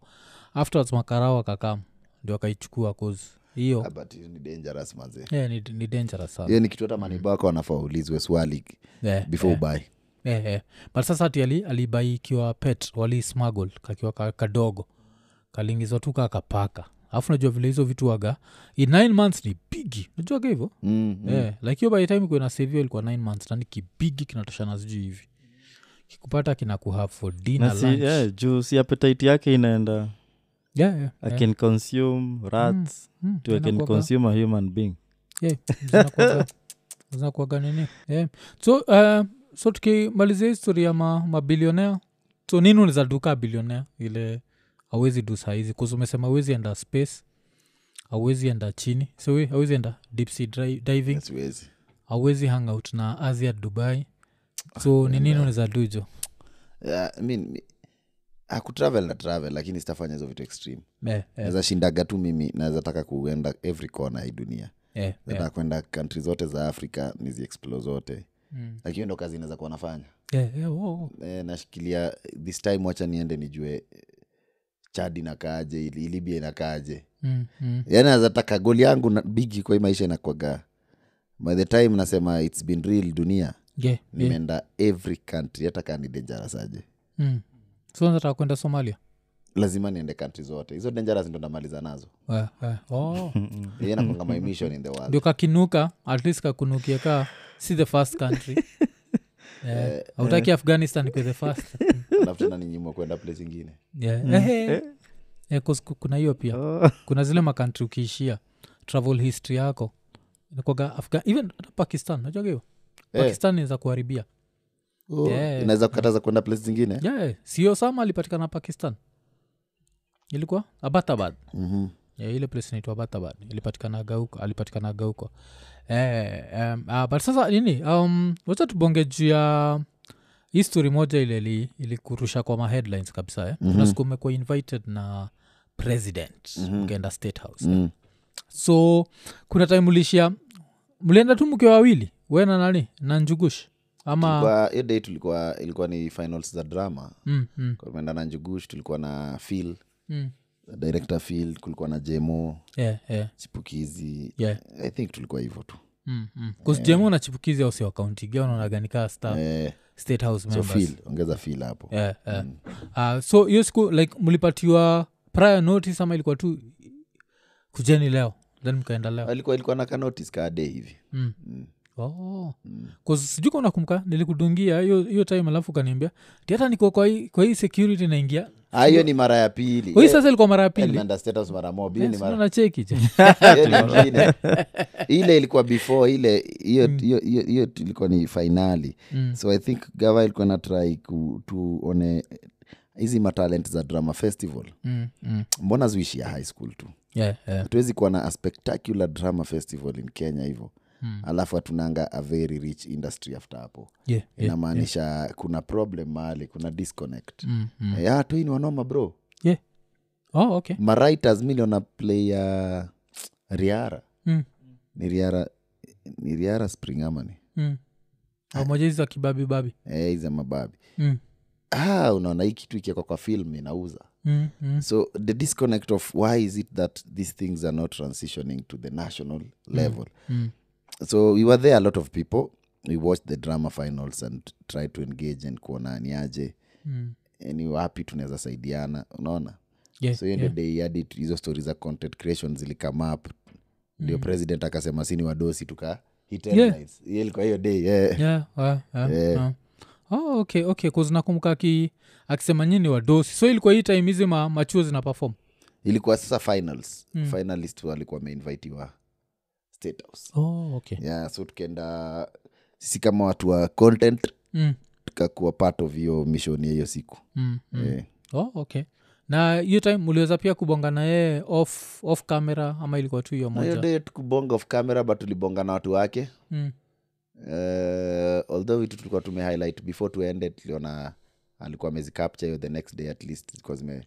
A: afterwards makarao akakam ndio akaichukua kozi hiyo
C: Ah, but hiyo ni dangerous manze
A: yeah, ni, ni dangerous sana
C: hiyo ni kitu hata manibako wanafaa waulizwe swali
A: yeah,
C: before ubai
A: eh, eh. but sasa ati ali- alibai ikiwa pet walismuggle kakiwa ka- kadogo kalingizwa tu kakapaka alafu najua vile hizo vitu waga in nine months ni bigi najua ka hivyo
C: Mm-hmm.
A: mm. eh, like hiyo by the time kuena savio ilikuwa nine months nani kibigi kinatoshana sijui hivi kikupata kinakuhave for
B: na
A: dinner
B: si,
A: lunch.
B: yeah, juu si appetite yake inaenda
A: Yeah, yeah,
B: i
A: yeah.
B: can consume rats
A: Mm,
B: to i can
A: inakuwaga-
B: consume a human being <laughs>
A: yeah, zinakuwaga- zinakuwaga Eh, nini yeah. so uh, so tukimalizia histori ya ma, mabilionea so nini unaweza duka bilionea ile awezi du sahizi kuzi umesema awezi enda space awezi enda chini siwe awezi enda deep sea dri- diving
C: siwezi
A: awezi hang out na asia dubai so ni nini unaweza dujo
C: Yeah, I mean, mi- ah, kutravel na travel lakini sitafanya hizo vitu extreme
A: eh, eh,
C: naweza shindaga tu mimi naweza taka kuenda every corner hii dunia
A: eh,
C: nataka
A: eh.
C: kwenda kantri zote za afrika niziexplore zote
A: Mm.
C: lakini ndo kazi inaweza kuwa nafanya
A: Eh, eh, wo, wo.
C: e, nashikilia this time wacha niende nijue eh, chad inakaaje ili- libya inakaaje
A: Mm, mm.
C: yani naweza taka goli yangu na bigi kwa hii maisha inakwaga by the time nasema its been real dunia
A: Yeah, yeah.
C: nimeenda every country hata kaa ni dangerous aje
A: Mm. so nataka kwenda somalia
C: lazima niende country zote hizo dangerous ndo namaliza nazo
A: Eh, eh. Oh.
C: Hiyo inakuanga
A: <laughs>
C: my mission in the world
A: ndio kakinuka at least kakunukie ka si the first country yeah. autaki afghanistan kwe the first
C: alafu tena ninyimwa kwenda place ingine
A: yeah. Eh, eh, 'cause ku- kuna hiyo pia
B: oh.
A: kuna zile makantri ukiishia travel history yako Inakuwaga Afga- even hata pakistan najua hiyo
C: Eh.
A: pakistan inaweza kuharibia Yeah.
C: inaweza kukataza kwenda place zingine
A: yeah. eh. sio sama alipatikana pakistan ilikuwa abatabad
C: Mhm.
A: yeah, ile place inaitwa batabad ilipatikana gauko alipatikana gauko eh, um, uh, but sasa nini um, wacha tubonge juu ya hii story moja ile ili- ilikurusha kwa maheadlines kabisa eh?
C: Mhm.
A: mm-hmm. nasiku umekuwa invited na president
C: Mhm.
A: mm-hmm. ukaenda state house mm.
C: Mm.
A: so kuna time ulishia mlienda tu mkiwa wawili we na nani na njugush ama
C: Tulikuwa- hiyo day tulikuwa ilikuwa ni finals za drama
A: mm, mm,
C: Kwa tumeenda na njugush tulikuwa na fil
A: mm.
C: director fil kulikuwa na jemo
A: yeah, yeah,
C: chipukizi
A: yeah.
C: i think tulikuwa hivyo tu
A: Mm, mm. kusjemu unachipukizi au si wakauntigia unaonaganika staff
C: eh,
A: state house
C: so
A: members
C: fil ongeza fil hapo
A: yeah, yeah.
C: Mm.
A: Uh, so hiyo siku like mlipatiwa prior notice ama ilikuwa tu kujeni leo then mkaenda leo
C: alikuwa Ah, ilikuwa na kanotis kaade hivi
A: mm. oh.
C: Mm.
A: Cause sijui kama unakumbuka nilikudungia hiyo hiyo time alafu ukaniambia "Ti hata niko kwa hii, kwa hii security naingia
C: Ah, hiyo ni mara ya pili
A: hii
C: Eh,
A: sasa ilikuwa mara ya
C: eh,
A: pili
C: nimeenda State House mara moja Hii ni mara- <laughs>
A: nacheki
C: hiyo
A: <laughs>
C: nyingine. ile ilikuwa before ile hiyo
A: Mm.
C: hiyo- hiyo- hiyo ilikuwa ni fainali so i think gava ilikuwa na try ku- tuone hizi matalent za drama festival
A: Mm,
C: mbona ziishia high school tu hatuwezi kuwa na a spectacular drama festival in kenya hivyo alafu hatunanga a very rich industry after hapo
A: Eh,
C: inamaanisha kuna problem mahali kuna disconnect
A: Mm,
C: Eh, ah, tu hii ni wanoma bro
A: Oh,
C: mawriters mi liona play ya riara ni riara ni riara spring amani
A: moja
C: Ah.
A: Mm. hizi za kibabibabi
C: eh, hizi za mababi
A: mm.
C: ah, unaona hii kitu ikiekwa kwa film inauza
A: mm, mm,
C: so the disconnect of why is it that these things are not transitioning to the national level
A: mm.
C: so we were there a lot of people we watched the drama finals and tried to engage and kuona niaje
A: Mm.
C: ni wapi tunaweza saidiana unaona
A: Yeah,
C: so hiyo ndio
A: yeah.
C: day hadi tu- hizo stori za content creation zilikame up ndio president akasema sini wadosi tuka hit
A: Mm. Yeah.
C: headlines. Hiyo ilikuwa hiyo day yeah.
A: Yeah, wa- wa-
C: Eh.
A: wa. Oh, okay okay 'cause nakumbuka aki- akisema nyini wadosi so ilikuwa hii time hizi ma, machuo zina pefom
C: ilikuwa sasa finals
A: Mm.
C: finalist walikuwa wameinvitiwa state house
A: oh, okay.
C: yeah, so tukaenda sisi kama watu wa content
A: mm,
C: tukakuwa part of hiyo mission ya hiyo siku
A: mm, mm.
C: yeah.
A: oh, okay na hiyo time uliweza pia kubonga na yeye off, off camera ama ilikuwa tu hiyo
C: Na hiyo
A: moja
C: day tukubonga off camera but tulibonga na watu wake
A: mm.
C: uh, although vitu tulikuwa tume highlight before tuende tuliona alikuwa amezicapture hiyo the next day at least zilikuwa zime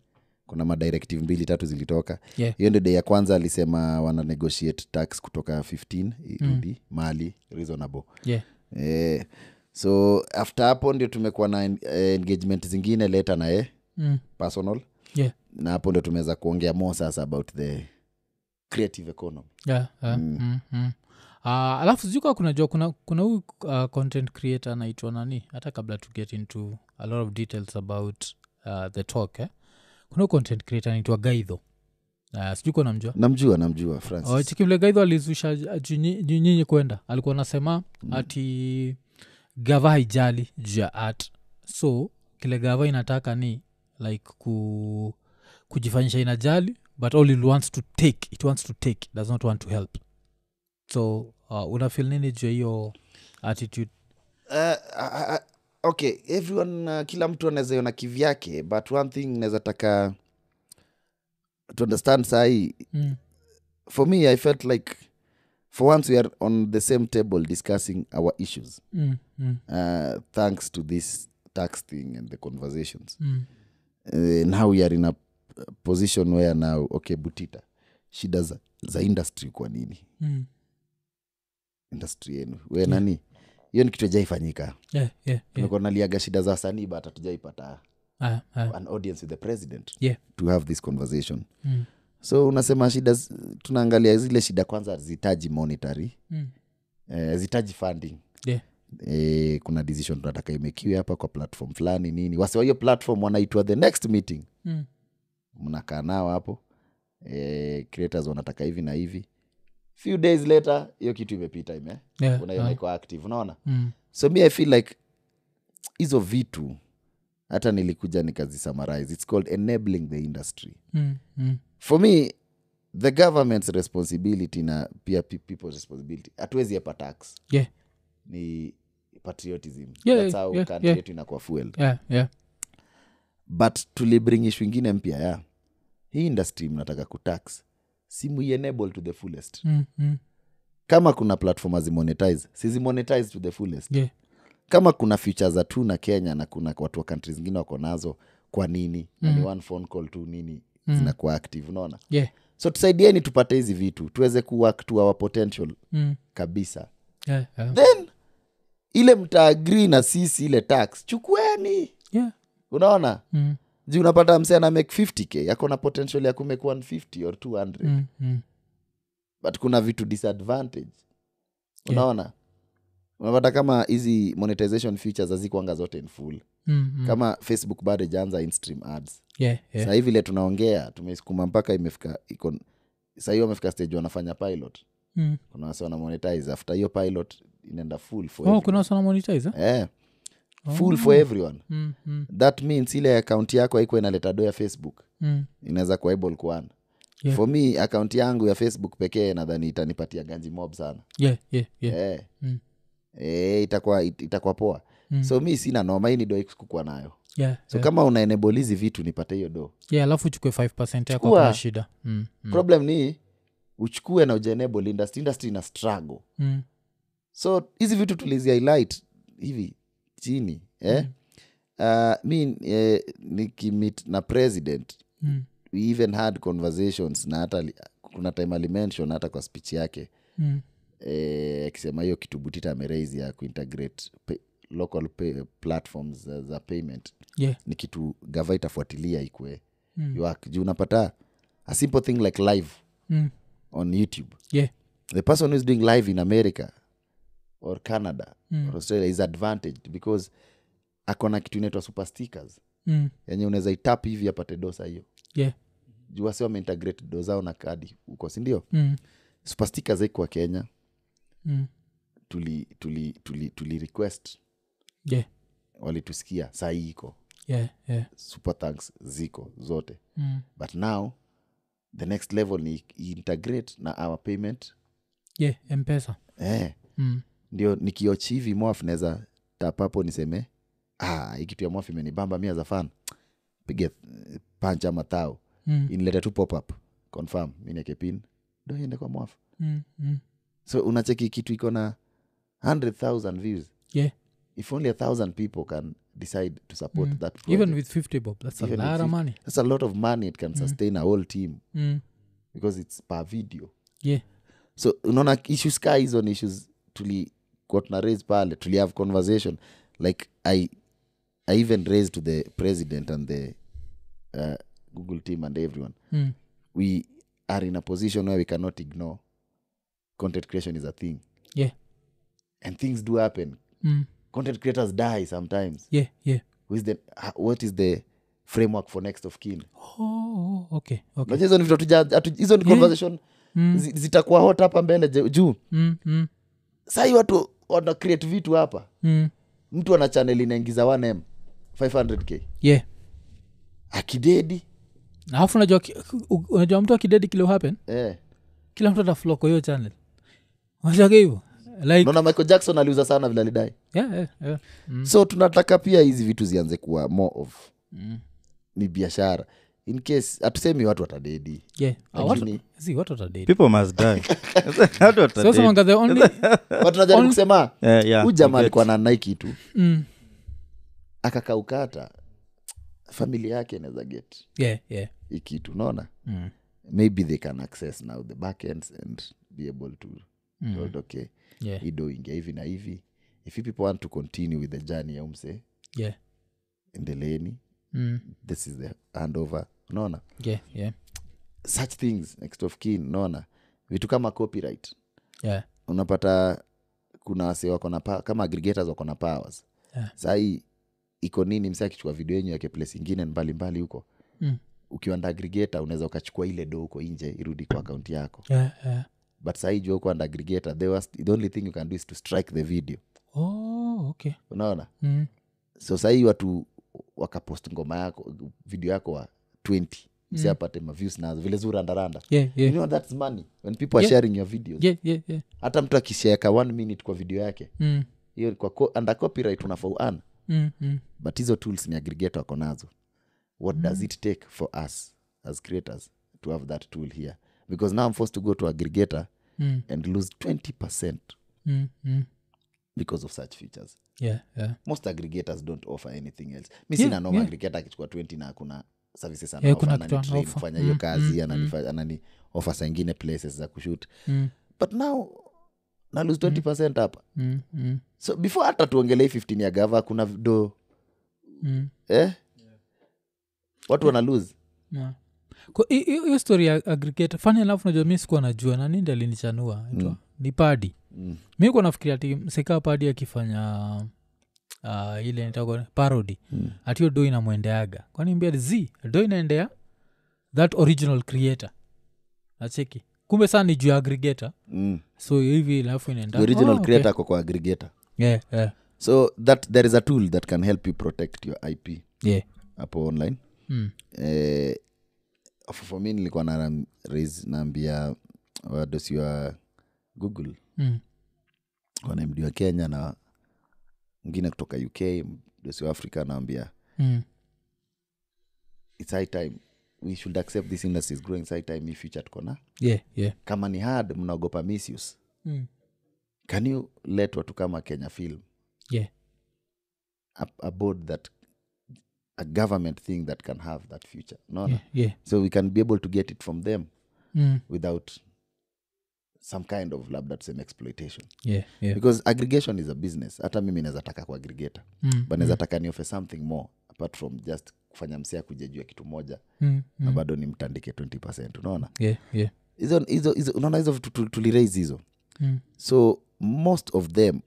C: kuna madirective mbili tatu zilitoka
A: Yeah.
C: hiyo ndio day ya kwanza alisema wana negotiate tax kutoka 15 irudi mm. mali reasonable
A: yeah.
C: eh, so after hapo ndio tumekuwa na en- eh, engagement zingine leta na ye
A: Mm.
C: personal
A: Yeah.
C: na hapo ndio tumeweza kuongea more sasa about the creative economy
A: Yeah, yeah. Mm, mm. Ah, alafu sijui kaa kunajua kuna kuna huyu ah, content creator anaitwa nani hata kabla to get into a lot of details about ah, the talk eh? kuna huyu content creator anaitwa gaidho uh, sijui kuwa namjua
C: namjua namjua francis
A: Oh, chiki mle gaidho alizusha j- ju- nyi- nyi- nyinyi kwenda alikuwa anasema
C: Mm.
A: ati gava haijali juu ya art so kile gava inataka ni like ku, kujifanyisha inajali but all it wants to take it wants to take does not want to help so uh, unafil nini juu ya hiyo attitude
C: uh, uh, okay everyone uh, kila mtu anaweza iona kivyake but one thing naweza taka to understand sahi
A: mm.
C: for me i felt like for once we are on the same table discussing our issues
A: Mm, mm,
C: uh, thanks to this tax thing and the conversations
A: mm,
C: uh, now we are in a position where now okay butita shida za, za industry kwa nini
A: mm.
C: industry yenu we nani hiyo ni kitu ajaifanyika
A: Yeah, yeah, yeah.
C: tumekuwa naliaga shida za sanii but hatujaipata
A: Ah, ah.
C: an audience with the president
A: Yeah.
C: to have this conversation
A: Mm,
C: so unasema shida z- tunaangalia zile shida kwanza zihitaji monetary
A: mm.
C: eh, zihitaji funding
A: Yeah.
C: Eh, kuna decision tunataka imekiwe hapa kwa platform fulani nini wasi wa hiyo platform wanaitwa the next meeting
A: Mm,
C: mnakaa nao hapo eh, creators wanataka hivi na hivi few days later hiyo kitu imepita ime
A: yeah,
C: unaiona
A: ah.
C: iko active unaona
A: Mm,
C: so mi i feel like hizo vitu hata nilikuja nikazisummarize its called enabling the industry
A: mm, mm.
C: for me the government's responsibility na pia pe- people's responsibility hatuwezi epa tax
A: Yeah,
C: ni patriotism
A: Yeah,
C: That's how
A: yeah,
C: country
A: yeah.
C: yetu inakuwa fueled
A: yeah, yeah.
C: but tulibring ishu ingine mpya ya hii industry mnataka kutax simuienable to the fullest
A: Mm, mm.
C: kama kuna platform azimonetize sizimonetize to the fullest
A: Yeah.
C: kama kuna feature za tu na kenya na kuna watu wa kantri zingine wako nazo kwa nini mm. ni one phone call tu nini mm. zinakuwa active unaona
A: Yeah.
C: so tusaidieni tupate hizi vitu tuweze kuwork to our potential
A: Mm.
C: kabisa
A: Yeah, yeah.
C: then ile mtaagri na sisi ile tax chukueni
A: Yeah.
C: unaona
A: Mm,
C: ji unapata msee ana make 50k ako na potential ya kumake 150 or 200
A: mm, mm.
C: but kuna vitu disadvantage unaona unapata kama hizi monetization features hazikuanga zote in full
A: Mm, mm.
C: kama facebook bado ijaanza instream ads
A: Yeah, yeah.
C: sahii vile tunaongea tumesukuma mpaka imefika iko sahii wamefika stage wanafanya pilot
A: Mm.
C: kuna wase wana monetize after hiyo pilot inaenda full for
A: Oh,
C: every-
A: kuna sana monetize eh?
C: eh, full for everyone
A: Mm, mm,
C: that means ile akaunti yako haikuwa inaleta do ya facebook
A: mm.
C: inaweza kuwa able kuana
A: Yeah.
C: for me akaunti yangu ya facebook pekee nadhani itanipatia ganji mob sana
A: Yeah, yeah, yeah.
C: eh.
A: Mm.
C: Eh, itakuwa it- itakuwa poa
A: Mm.
C: so mi sina noma hii ni do kukuwa nayo
A: Yeah,
C: so
A: yeah.
C: kama una enable hizi vitu nipate hiyo do
A: Yeah, alafu uchukue 5 yako
C: Chukua.
A: kuna shida mm, mm,
C: problem ni uchukue na ujenable industry industry ina struggle
A: mm,
C: so hizi vitu tulizihighlight hivi chini eh?
A: Mm.
C: uh, mi eh, nikimit na president
A: mm,
C: we even had conversations na hata ali- kuna time alimention hata kwa speech yake
A: mm,
C: eh, akisema hiyo kitu butita ameraise ya kuintegrate pay, local pay, platforms za, za payment
A: yeah,
C: ni kitu gava itafuatilia ikue mm. you work juu unapata a simple thing like live
A: Mm.
C: on youtube
A: yeah
C: the person who's doing live in america or canada or australia is advantaged because akona kitu inaitwa super stickers
A: mm.
C: yenye unaweza itap hivi apate dosa hiyo
A: yeah
C: juu wasi wameintegrate do zao na kadi huko sindio
A: mm.
C: super stickers haikuwa kenya
A: Mm.
C: tuli tuli tuli, tuli request
A: yeah
C: walitusikia saa hii iko
A: yeah yeah
C: super thanks ziko zote
A: mm.
C: but now the next level ni i- integrate na our payment
A: yeah mpesa
C: eh,
A: mm.
C: ndio nikiochivi mwaf naweza tapapo niseme ah, hii kitu ya mwaf imenibamba mi azafan piga eh, punch ama tao
A: Mm.
C: inilete tu popup confirm mineke pin ndo iende kwa mwaf
A: Mm. Mm.
C: so unacheki kitu iko na 100000 views
A: yeah
C: if only a thousand people can decide to support
A: Mm.
C: that project,
A: even with Mm. 50 bob that's
C: Even
A: a
C: with
A: lot of
C: 50.
A: money
C: that's a lot of money it can sustain a whole team
A: mm.
C: because it's per video
A: yeah
C: so unaona issues ka hizo ni issues tulikuwa tuna raise pale tuli have conversation like i i even raised to the president and the uh, google team and everyone
A: mm.
C: we are in a position where we cannot ignore content creation is a thing
A: yeah
C: and things do happen
A: mm.
C: content creators die sometimes
A: yeah yeah
C: Who is the, ha- what is the framework for next of kin
A: oh okay okay
C: Unajua hizo ni vitu hatuja- hatu- hizo ni conversation
A: Mm.
C: zi- zitakuwa hot hapa mbele je- juu
A: mm. Mm.
C: sahii watu wana create vitu hapa
A: Mm.
C: mtu ana chanel inaingiza 1m 500k
A: yeah
C: akidedi
A: Na alafu unajua ki- u- unajua mtu akidedi kile happen
C: eh.
A: kila mtu atafloko hiyo channel unajua hivyo like
C: naona michael jackson aliuza sana vile alidai
A: yeah, yeah, yeah. Mm.
C: so tunataka pia hizi vitu zianze kuwa more of
A: Mm.
C: ni biashara in case hatusemi watu watadedi
A: yeah. Ah,
C: Lakini-
A: watu- see, watu watadate.
B: people must
A: <laughs>
B: die Watu wata
A: Sasa
B: date.
A: wanga the only
C: <laughs> watunajaribu kusema
B: Eh, yeah,
C: huu jamaa
B: forget.
C: alikuwa na naiki tu
A: Mm.
C: akakaukata familia yake inaweza get
A: yeah, yeah.
C: hii kitu unaona
A: Mm.
C: maybe they can access now the backends and be able to mm. told, okay
A: yeah,
C: ido ingia hivi na hivi if you people want to continue with the journey ya umse
A: yeah.
C: endeleeni
A: Mm.
C: this is the handover unaona
A: yeah, yeah,
C: such things next of kin unaona vitu kama copyright
A: yeah.
C: unapata kuna wase wako na pa- kama aggregators wako na powers
A: Yeah.
C: sahii iko nini mse akichukua video yenyu yake place ingine mbalimbali huko
A: Mm.
C: ukiwa nda aggregator unaweza ukachukua ile do huko nje irudi kwa akaunti yako
A: Yeah, yeah.
C: but sahii jua uko under aggregator the, worst, the only thing you can do is to strike the video
A: Oh, okay.
C: unaona
A: Mm.
C: so sahii watu wakapost ngoma yako video yako wa 20 msiapate mm. maviews nazo vile zurandaranda
A: Yeah,
C: you
A: yeah.
C: know that's money when people are
A: Yeah.
C: sharing your videos
A: Yeah, yeah, yeah.
C: hata mtu akishaeka one minute kwa video yake
A: Mm.
C: hiyo ni kwa co- under copyright unafau earn.
A: Mm, mm.
C: but hizo tools ni aggregator wako nazo what does
A: Mm.
C: it take for us as creators to have that tool here because now i'm forced to go to aggregator
A: Mm.
C: and lose 20
A: Mm. Mm.
C: because of such features
A: Yeah, yeah.
C: most aggregators don't offer anything else mi
A: Yeah,
C: sina noma
A: yeah.
C: aggregator akichukua 20 na kuna services
A: Yeah, kuna
C: anaoffer,
A: kitu
C: ananitrain
A: anaoffer.
C: kufanya hiyo
A: Mm,
C: kazi ananifa- anani ofa saingine places za kushut
A: Mm.
C: but now na lose 20 hapa
A: Mm. Mm.
C: so before hata tuongelei 15 ya gava kuna do
A: Mm.
C: eh? watu wana lose
A: Yeah. Kwa- hi- hi- hiyo story ya aggregate fani alafu najua mi sikuwa najua na nindi alinichanua mm. ni padi
C: Mm.
A: mi kuwa nafikiri ati msekaa padi akifanya uh, ile nitakuwa parody mm. atiyo do inamwendeaga kwani mbia z do inaendea that original creator nacheki kumbe saa ni juu ya aggregator
C: Mm.
A: so hivi alafu inaenda
C: the original
A: "Oh,
C: oh,
A: okay."
C: creator okay. kwa aggregator
A: yeah, yeah,
C: so that there is a tool that can help you protect your ip
A: yeah.
C: hapo online
A: Mm.
C: eh, for for me nilikuwa na raise naambia wadosi wa google
A: Mm.
C: wanamdi wa kenya na mwingine kutoka uk mdosi wa africa anaambia
A: Mm.
C: its high time we should accept this industry is growing It's high time hii future tuko na
A: yeah, yeah.
C: kama ni hard mnaogopa misuse
A: Mm.
C: can you let watu kama kenya film
A: yeah.
C: ab- aboard that a government thing that can have that future no
A: yeah, yeah.
C: so we can be able to get it from them
A: Mm.
C: without some kind of labda tuseme exploitation
A: yeah, yeah.
C: because aggregation is a business hata mimi naweza taka kuaggregata
A: Mm.
C: but naweza taka niofe something more apart from just kufanya msee akujejua kitu moja
A: Mm,
C: na
A: mm.
C: bado nimtandike 20 unaona
A: Yeah, yeah.
C: hizo hizo hizo unaona hizo vitu tu- tuliraise hizo
A: Mm.
C: so most of them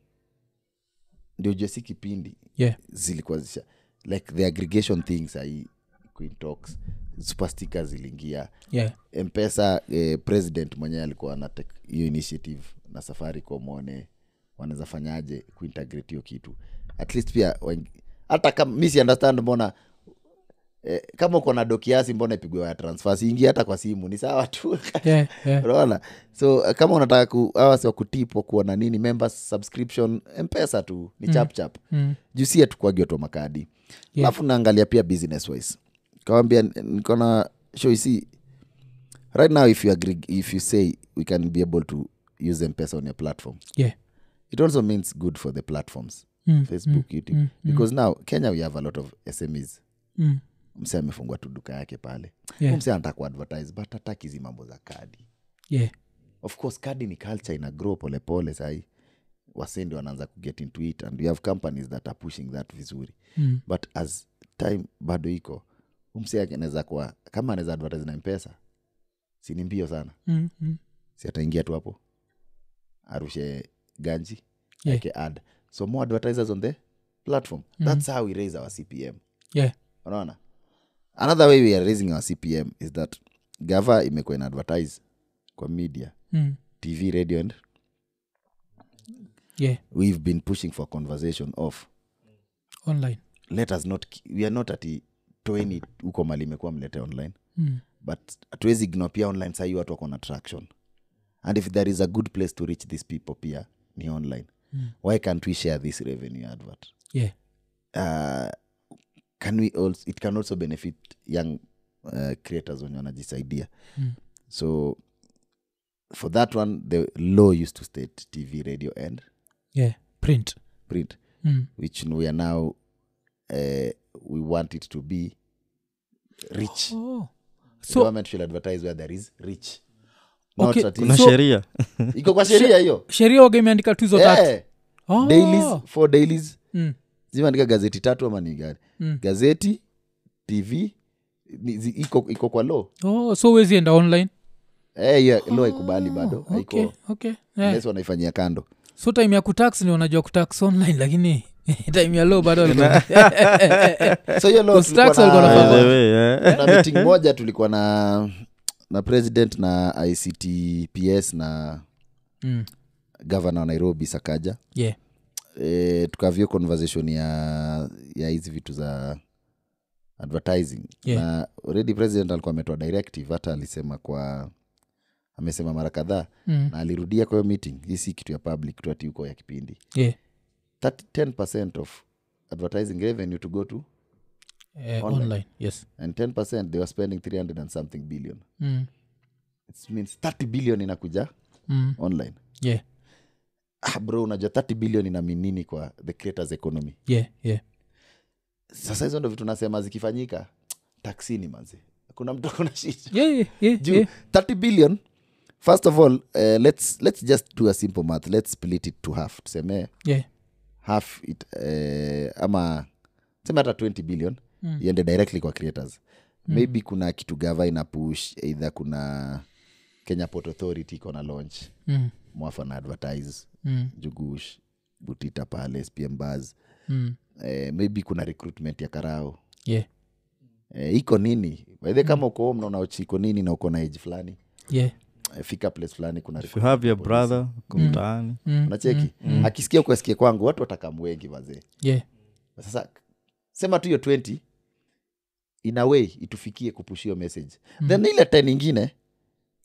C: ndio jesi kipindi
A: Yeah.
C: zilikuwa zisha like the aggregation thing sahii queen talks superstika ziliingia
A: Yeah.
C: mpesa eh, president mwenyewe alikuwa ana take hiyo initiative na safari komone wanaweza fanyaje kuintegrate hiyo kitu at least pia weng- hata kama mi si understand mbona eh, kama uko na do kiasi mbona ipigwe waya transfer siingie hata kwa simu ni sawa tu <laughs>
A: Yeah, yeah.
C: unaona so eh, kama unataka ku, awasi wa kutipwa kuona nini members subscription mpesa tu ni chapchap
A: Mm.
C: jusia tukuagioto makadi
A: Yeah.
C: alafu naangalia pia business wise kawambia nikona shoisi right now if you agree, if you say we can be able to use mpesa on your platform
A: Yeah.
C: it also means good for the platforms
A: Mm,
C: facebook youtube
A: mm,
C: because now kenya we have a lot of smes
A: Mm.
C: mse amefungua tu duka yake pale
A: Yeah.
C: yeah. mse anataka kuadvertise but hataki hizi mambo za kadi
A: Yeah.
C: of course kadi ni culture ina grow polepole sahi wasendi wanaanza kuget into it and we have companies that are pushing that vizuri
A: Mm.
C: but as time bado iko umsi anaweza kuwa kama anaweza advertise na mpesa sini mbio sana
A: Mm, mm.
C: si ataingia tu hapo arushe ganji
A: Yeah.
C: ake ad so more advertisers on the platform mm-hmm. that's how we raise our cpm
A: Yeah.
C: unaona another way we are raising our cpm is that gava imekuwa ina advertise kwa media
A: Mm.
C: tv radio and
A: Yeah.
C: we've been pushing for conversation of
A: Online.
C: let us not we are not ati toeni huko mali imekuwa mlete online
A: Mm.
C: but hatuwezi ignore pia online sahii watu wako na traction and if there is a good place to reach these people pia ni online
A: Mm.
C: why can't we share this revenue advert
A: Yeah.
C: uh, can we also, it can also benefit young uh, creators wenye wanajisaidia
A: Mm.
C: so for that one the law used to state tv radio and
A: Yeah. Print.
C: print
A: Mm.
C: which we are now uh, we want it to be rich
A: Oh.
C: so,
A: So
C: government should advertise where there is rich
A: Okay,
C: that
A: kuna
B: kuna
A: So-
B: sheria
C: iko kwa sheria hiyo
A: sheria waga imeandika tu hizo tatu
C: Eh,
A: Oh.
C: dailies for dailies
A: Mm.
C: zimeandika gazeti tatu ama ni gani
A: Mm.
C: gazeti tv ni- zi- iko iko kwa law
A: Oh, so huwezi enda online
C: eh, hiyo law haikubali bado
A: Oh,
C: haiko
A: okay, okay. Yeah.
C: unless wanaifanyia kando
A: so time ya kutax ni unajua kutax online lakini <laughs> time ya lo bado
C: <laughs>
A: walikuwa-
C: so hiyo law
A: Kwa
C: tulikuwa
A: stacks walikuwa
B: By
A: wanafanya.
B: the
C: uh,
A: Ah.
B: way, eh.
C: na meeting moja tulikuwa na na president na ictps na
A: <laughs> Mm.
C: gavana wa nairobi sakaja
A: Yeah.
C: e, tukavyo conversation ya ya hizi vitu za advertising
A: Yeah.
C: na already president alikuwa ametoa directive hata alisema kwa amesema mara kadhaa
A: Mm.
C: na alirudia kwa hiyo meeting hii si kitu ya public tu ati huko ya kipindi
A: Yeah.
C: 30 10 of advertising revenue to go to
A: Eh,
C: Online.
A: online. Yes.
C: and 10 they were spending 300 and something billion
A: Mm.
C: it means 30 billion inakuja
A: Mm.
C: online
A: Yeah.
C: ah, bro unajua 30 billion ina mean nini kwa the creators economy
A: Yeah. Yeah.
C: sasa hizo ndo vitu nasema zikifanyika taksini manzi kuna mtu kuna shida
A: <laughs> Yeah, yeah, yeah,
C: juu
A: yeah.
C: 30 billion first of all uh, let's, let's just do a simple math let's split it to half tuseme
A: Yeah.
C: half it uh, ama tuseme hata 20 billion
A: Mm.
C: iende directly kwa creators maybe kuna kitu gava ina push either kuna kenya port authority iko na launch
A: Mm.
C: mwafa na advertise
A: Mm.
C: jugush butita pale spm bars
A: Mm.
C: uh, maybe kuna recruitment ya karao
A: Yeah. Mm.
C: eh, iko nini baidhe kama uko home na unaochi iko nini na uko na age fulani
A: Yeah.
C: eh, fika place fulani kuna
B: If you have your brother kumtaani
A: Mm.
C: nacheki akisikia kuasikia kwangu watu watakam wengi wazee
A: Yeah.
C: sasa sema tu hiyo 20 in a way itufikie kupushio message mm. then ile 10 ingine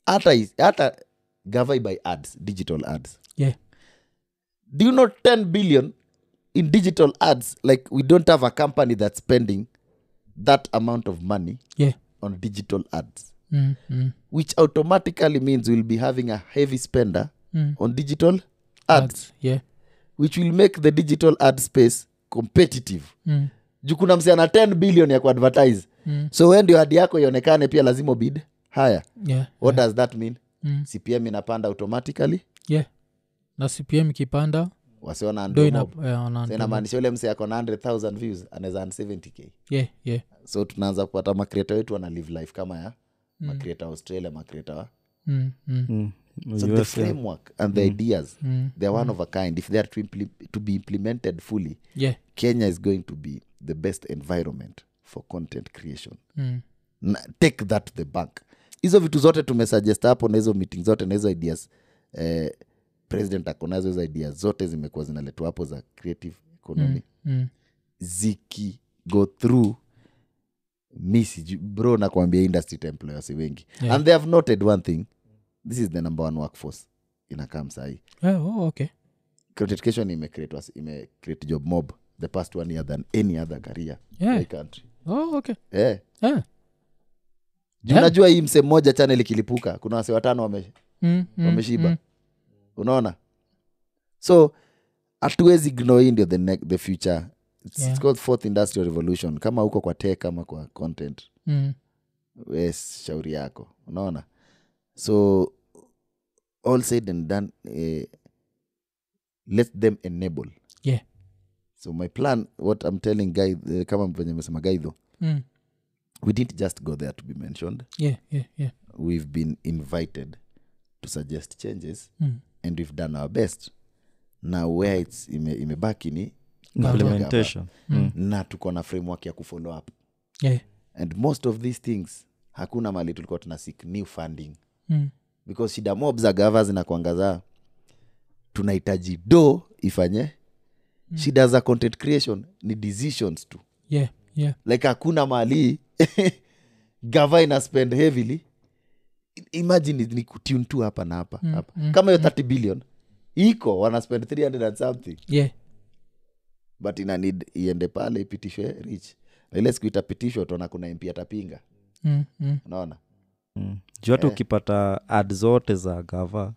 C: hata is- hata gavai by ads digital ads
A: Yeah.
C: do you know 10 billion in digital ads like we don't have a company that's spending that amount of money
A: Yeah.
C: on digital ads
A: Mm. Mm.
C: which automatically means we'll be having a heavy spender
A: Mm.
C: on digital ads
A: Ads. Yeah.
C: which will make the digital ad space competitive
A: Mm.
C: juu kuna msiana 10 billion ya kuadvertise
A: Mm.
C: so we ndio hadi yako ionekane pia lazima bid haya
A: Yeah.
C: what does that mean
A: Mm.
C: cpm inapanda automatically
A: Yeah. na cpm ikipanda ndo
C: wasiona
A: eh, inaanamani
C: inamaanisha ule msi ako na 100000 views anaweza an 70k
A: yeah, yeah.
C: so tunaanza kupata makreta wetu ana live life kama ya makreta wa australia makreta wa
A: mm, mm.
B: Mm.
C: so the framework and the ideas they're one of a kind if they are to, impli- to be implemented fully
A: yeah.
C: kenya is going to be the best environment for content creation
A: mm.
C: na, take that to the bank hizo vitu zote tumesuggest hapo na hizo meeting zote na hizo ideas eh, president akonazo hizo ideas zote zimekuwa zinaletwa hapo za creative economy mm.
A: Mm.
C: ziki go through mi siju bro nakwambia industry employers wengi
A: Yeah.
C: yeah. and they have noted one thing this is the number one workforce inakam sahii
A: Yeah, oh, okay
C: education imecreate was- imecreate job mob the past one year than any other career
A: Yeah.
C: in the country
A: oh, okay Eh,
C: yeah.
A: yeah.
C: Juu
A: Yeah.
C: unajua hii mse mmoja channel ikilipuka kuna wase watano wame,
A: Mm, mm,
C: wameshiba
A: mm.
C: unaona so hatuwezi ignore hii ndio the, ne- the future It's,
A: Yeah.
C: it's called fourth industrial revolution kama huko kwa tech kama kwa content
A: Mm.
C: yes, shauri yako unaona so all said and done eh, let them enable
A: Yeah.
C: so my plan what i'm telling guy eh, kama venye mesema gaidho
A: Mm.
C: we didn't just go there to be mentioned
A: yeah, yeah, yeah.
C: we've been invited to suggest changes
A: Mm.
C: and we've done our best na where its ime, imebaki ni
B: implementation
A: Mm.
C: na tuko na framework ya kufollow up
A: yeah.
C: and most of these things hakuna mali tulikuwa tuna seek new funding
A: Mm.
C: because shida mob za gava zinakuangaza tunahitaji do ifanye shida za content creation ni decisions tu
A: yeah, yeah.
C: like hakuna mali <laughs> gava ina spend heavily I- imagine ni kutune tu hapa na hapa mm, hapa mm, kama hiyo 30 billion iko wana spend 300 and something
A: yeah.
C: but ina need iende pale ipitishwe rich na ile siku itapitishwa tuona kuna mp atapinga
A: Mm, mm.
C: unaona
B: Mm. juu hata ukipata ad zote za gava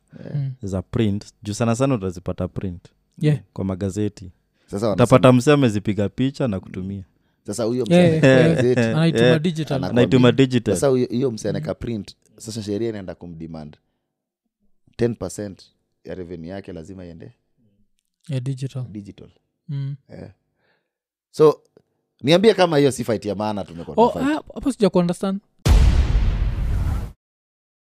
B: za print juu sana sana utazipata print
A: yeah.
B: kwa magazeti
C: sasa wanasema-
B: utapata msee amezipiga picha na kutumia
C: sasa huyo msee
A: Yeah,
C: anaitwa
A: yeah.
C: gazeti.
A: anaituma
B: yeah.
A: digital
C: Ana-
B: naituma digital
C: sasa huyo- hiyo mseneka print sasa sheria inaenda kumdemand 10 ya revenue yake lazima iende
A: yeah, digital
C: digital
A: mm.
C: so niambie kama hiyo si fight ya maana tumekuwa
A: oh,
C: tunafanya.
A: ah, hapo sija kuundestand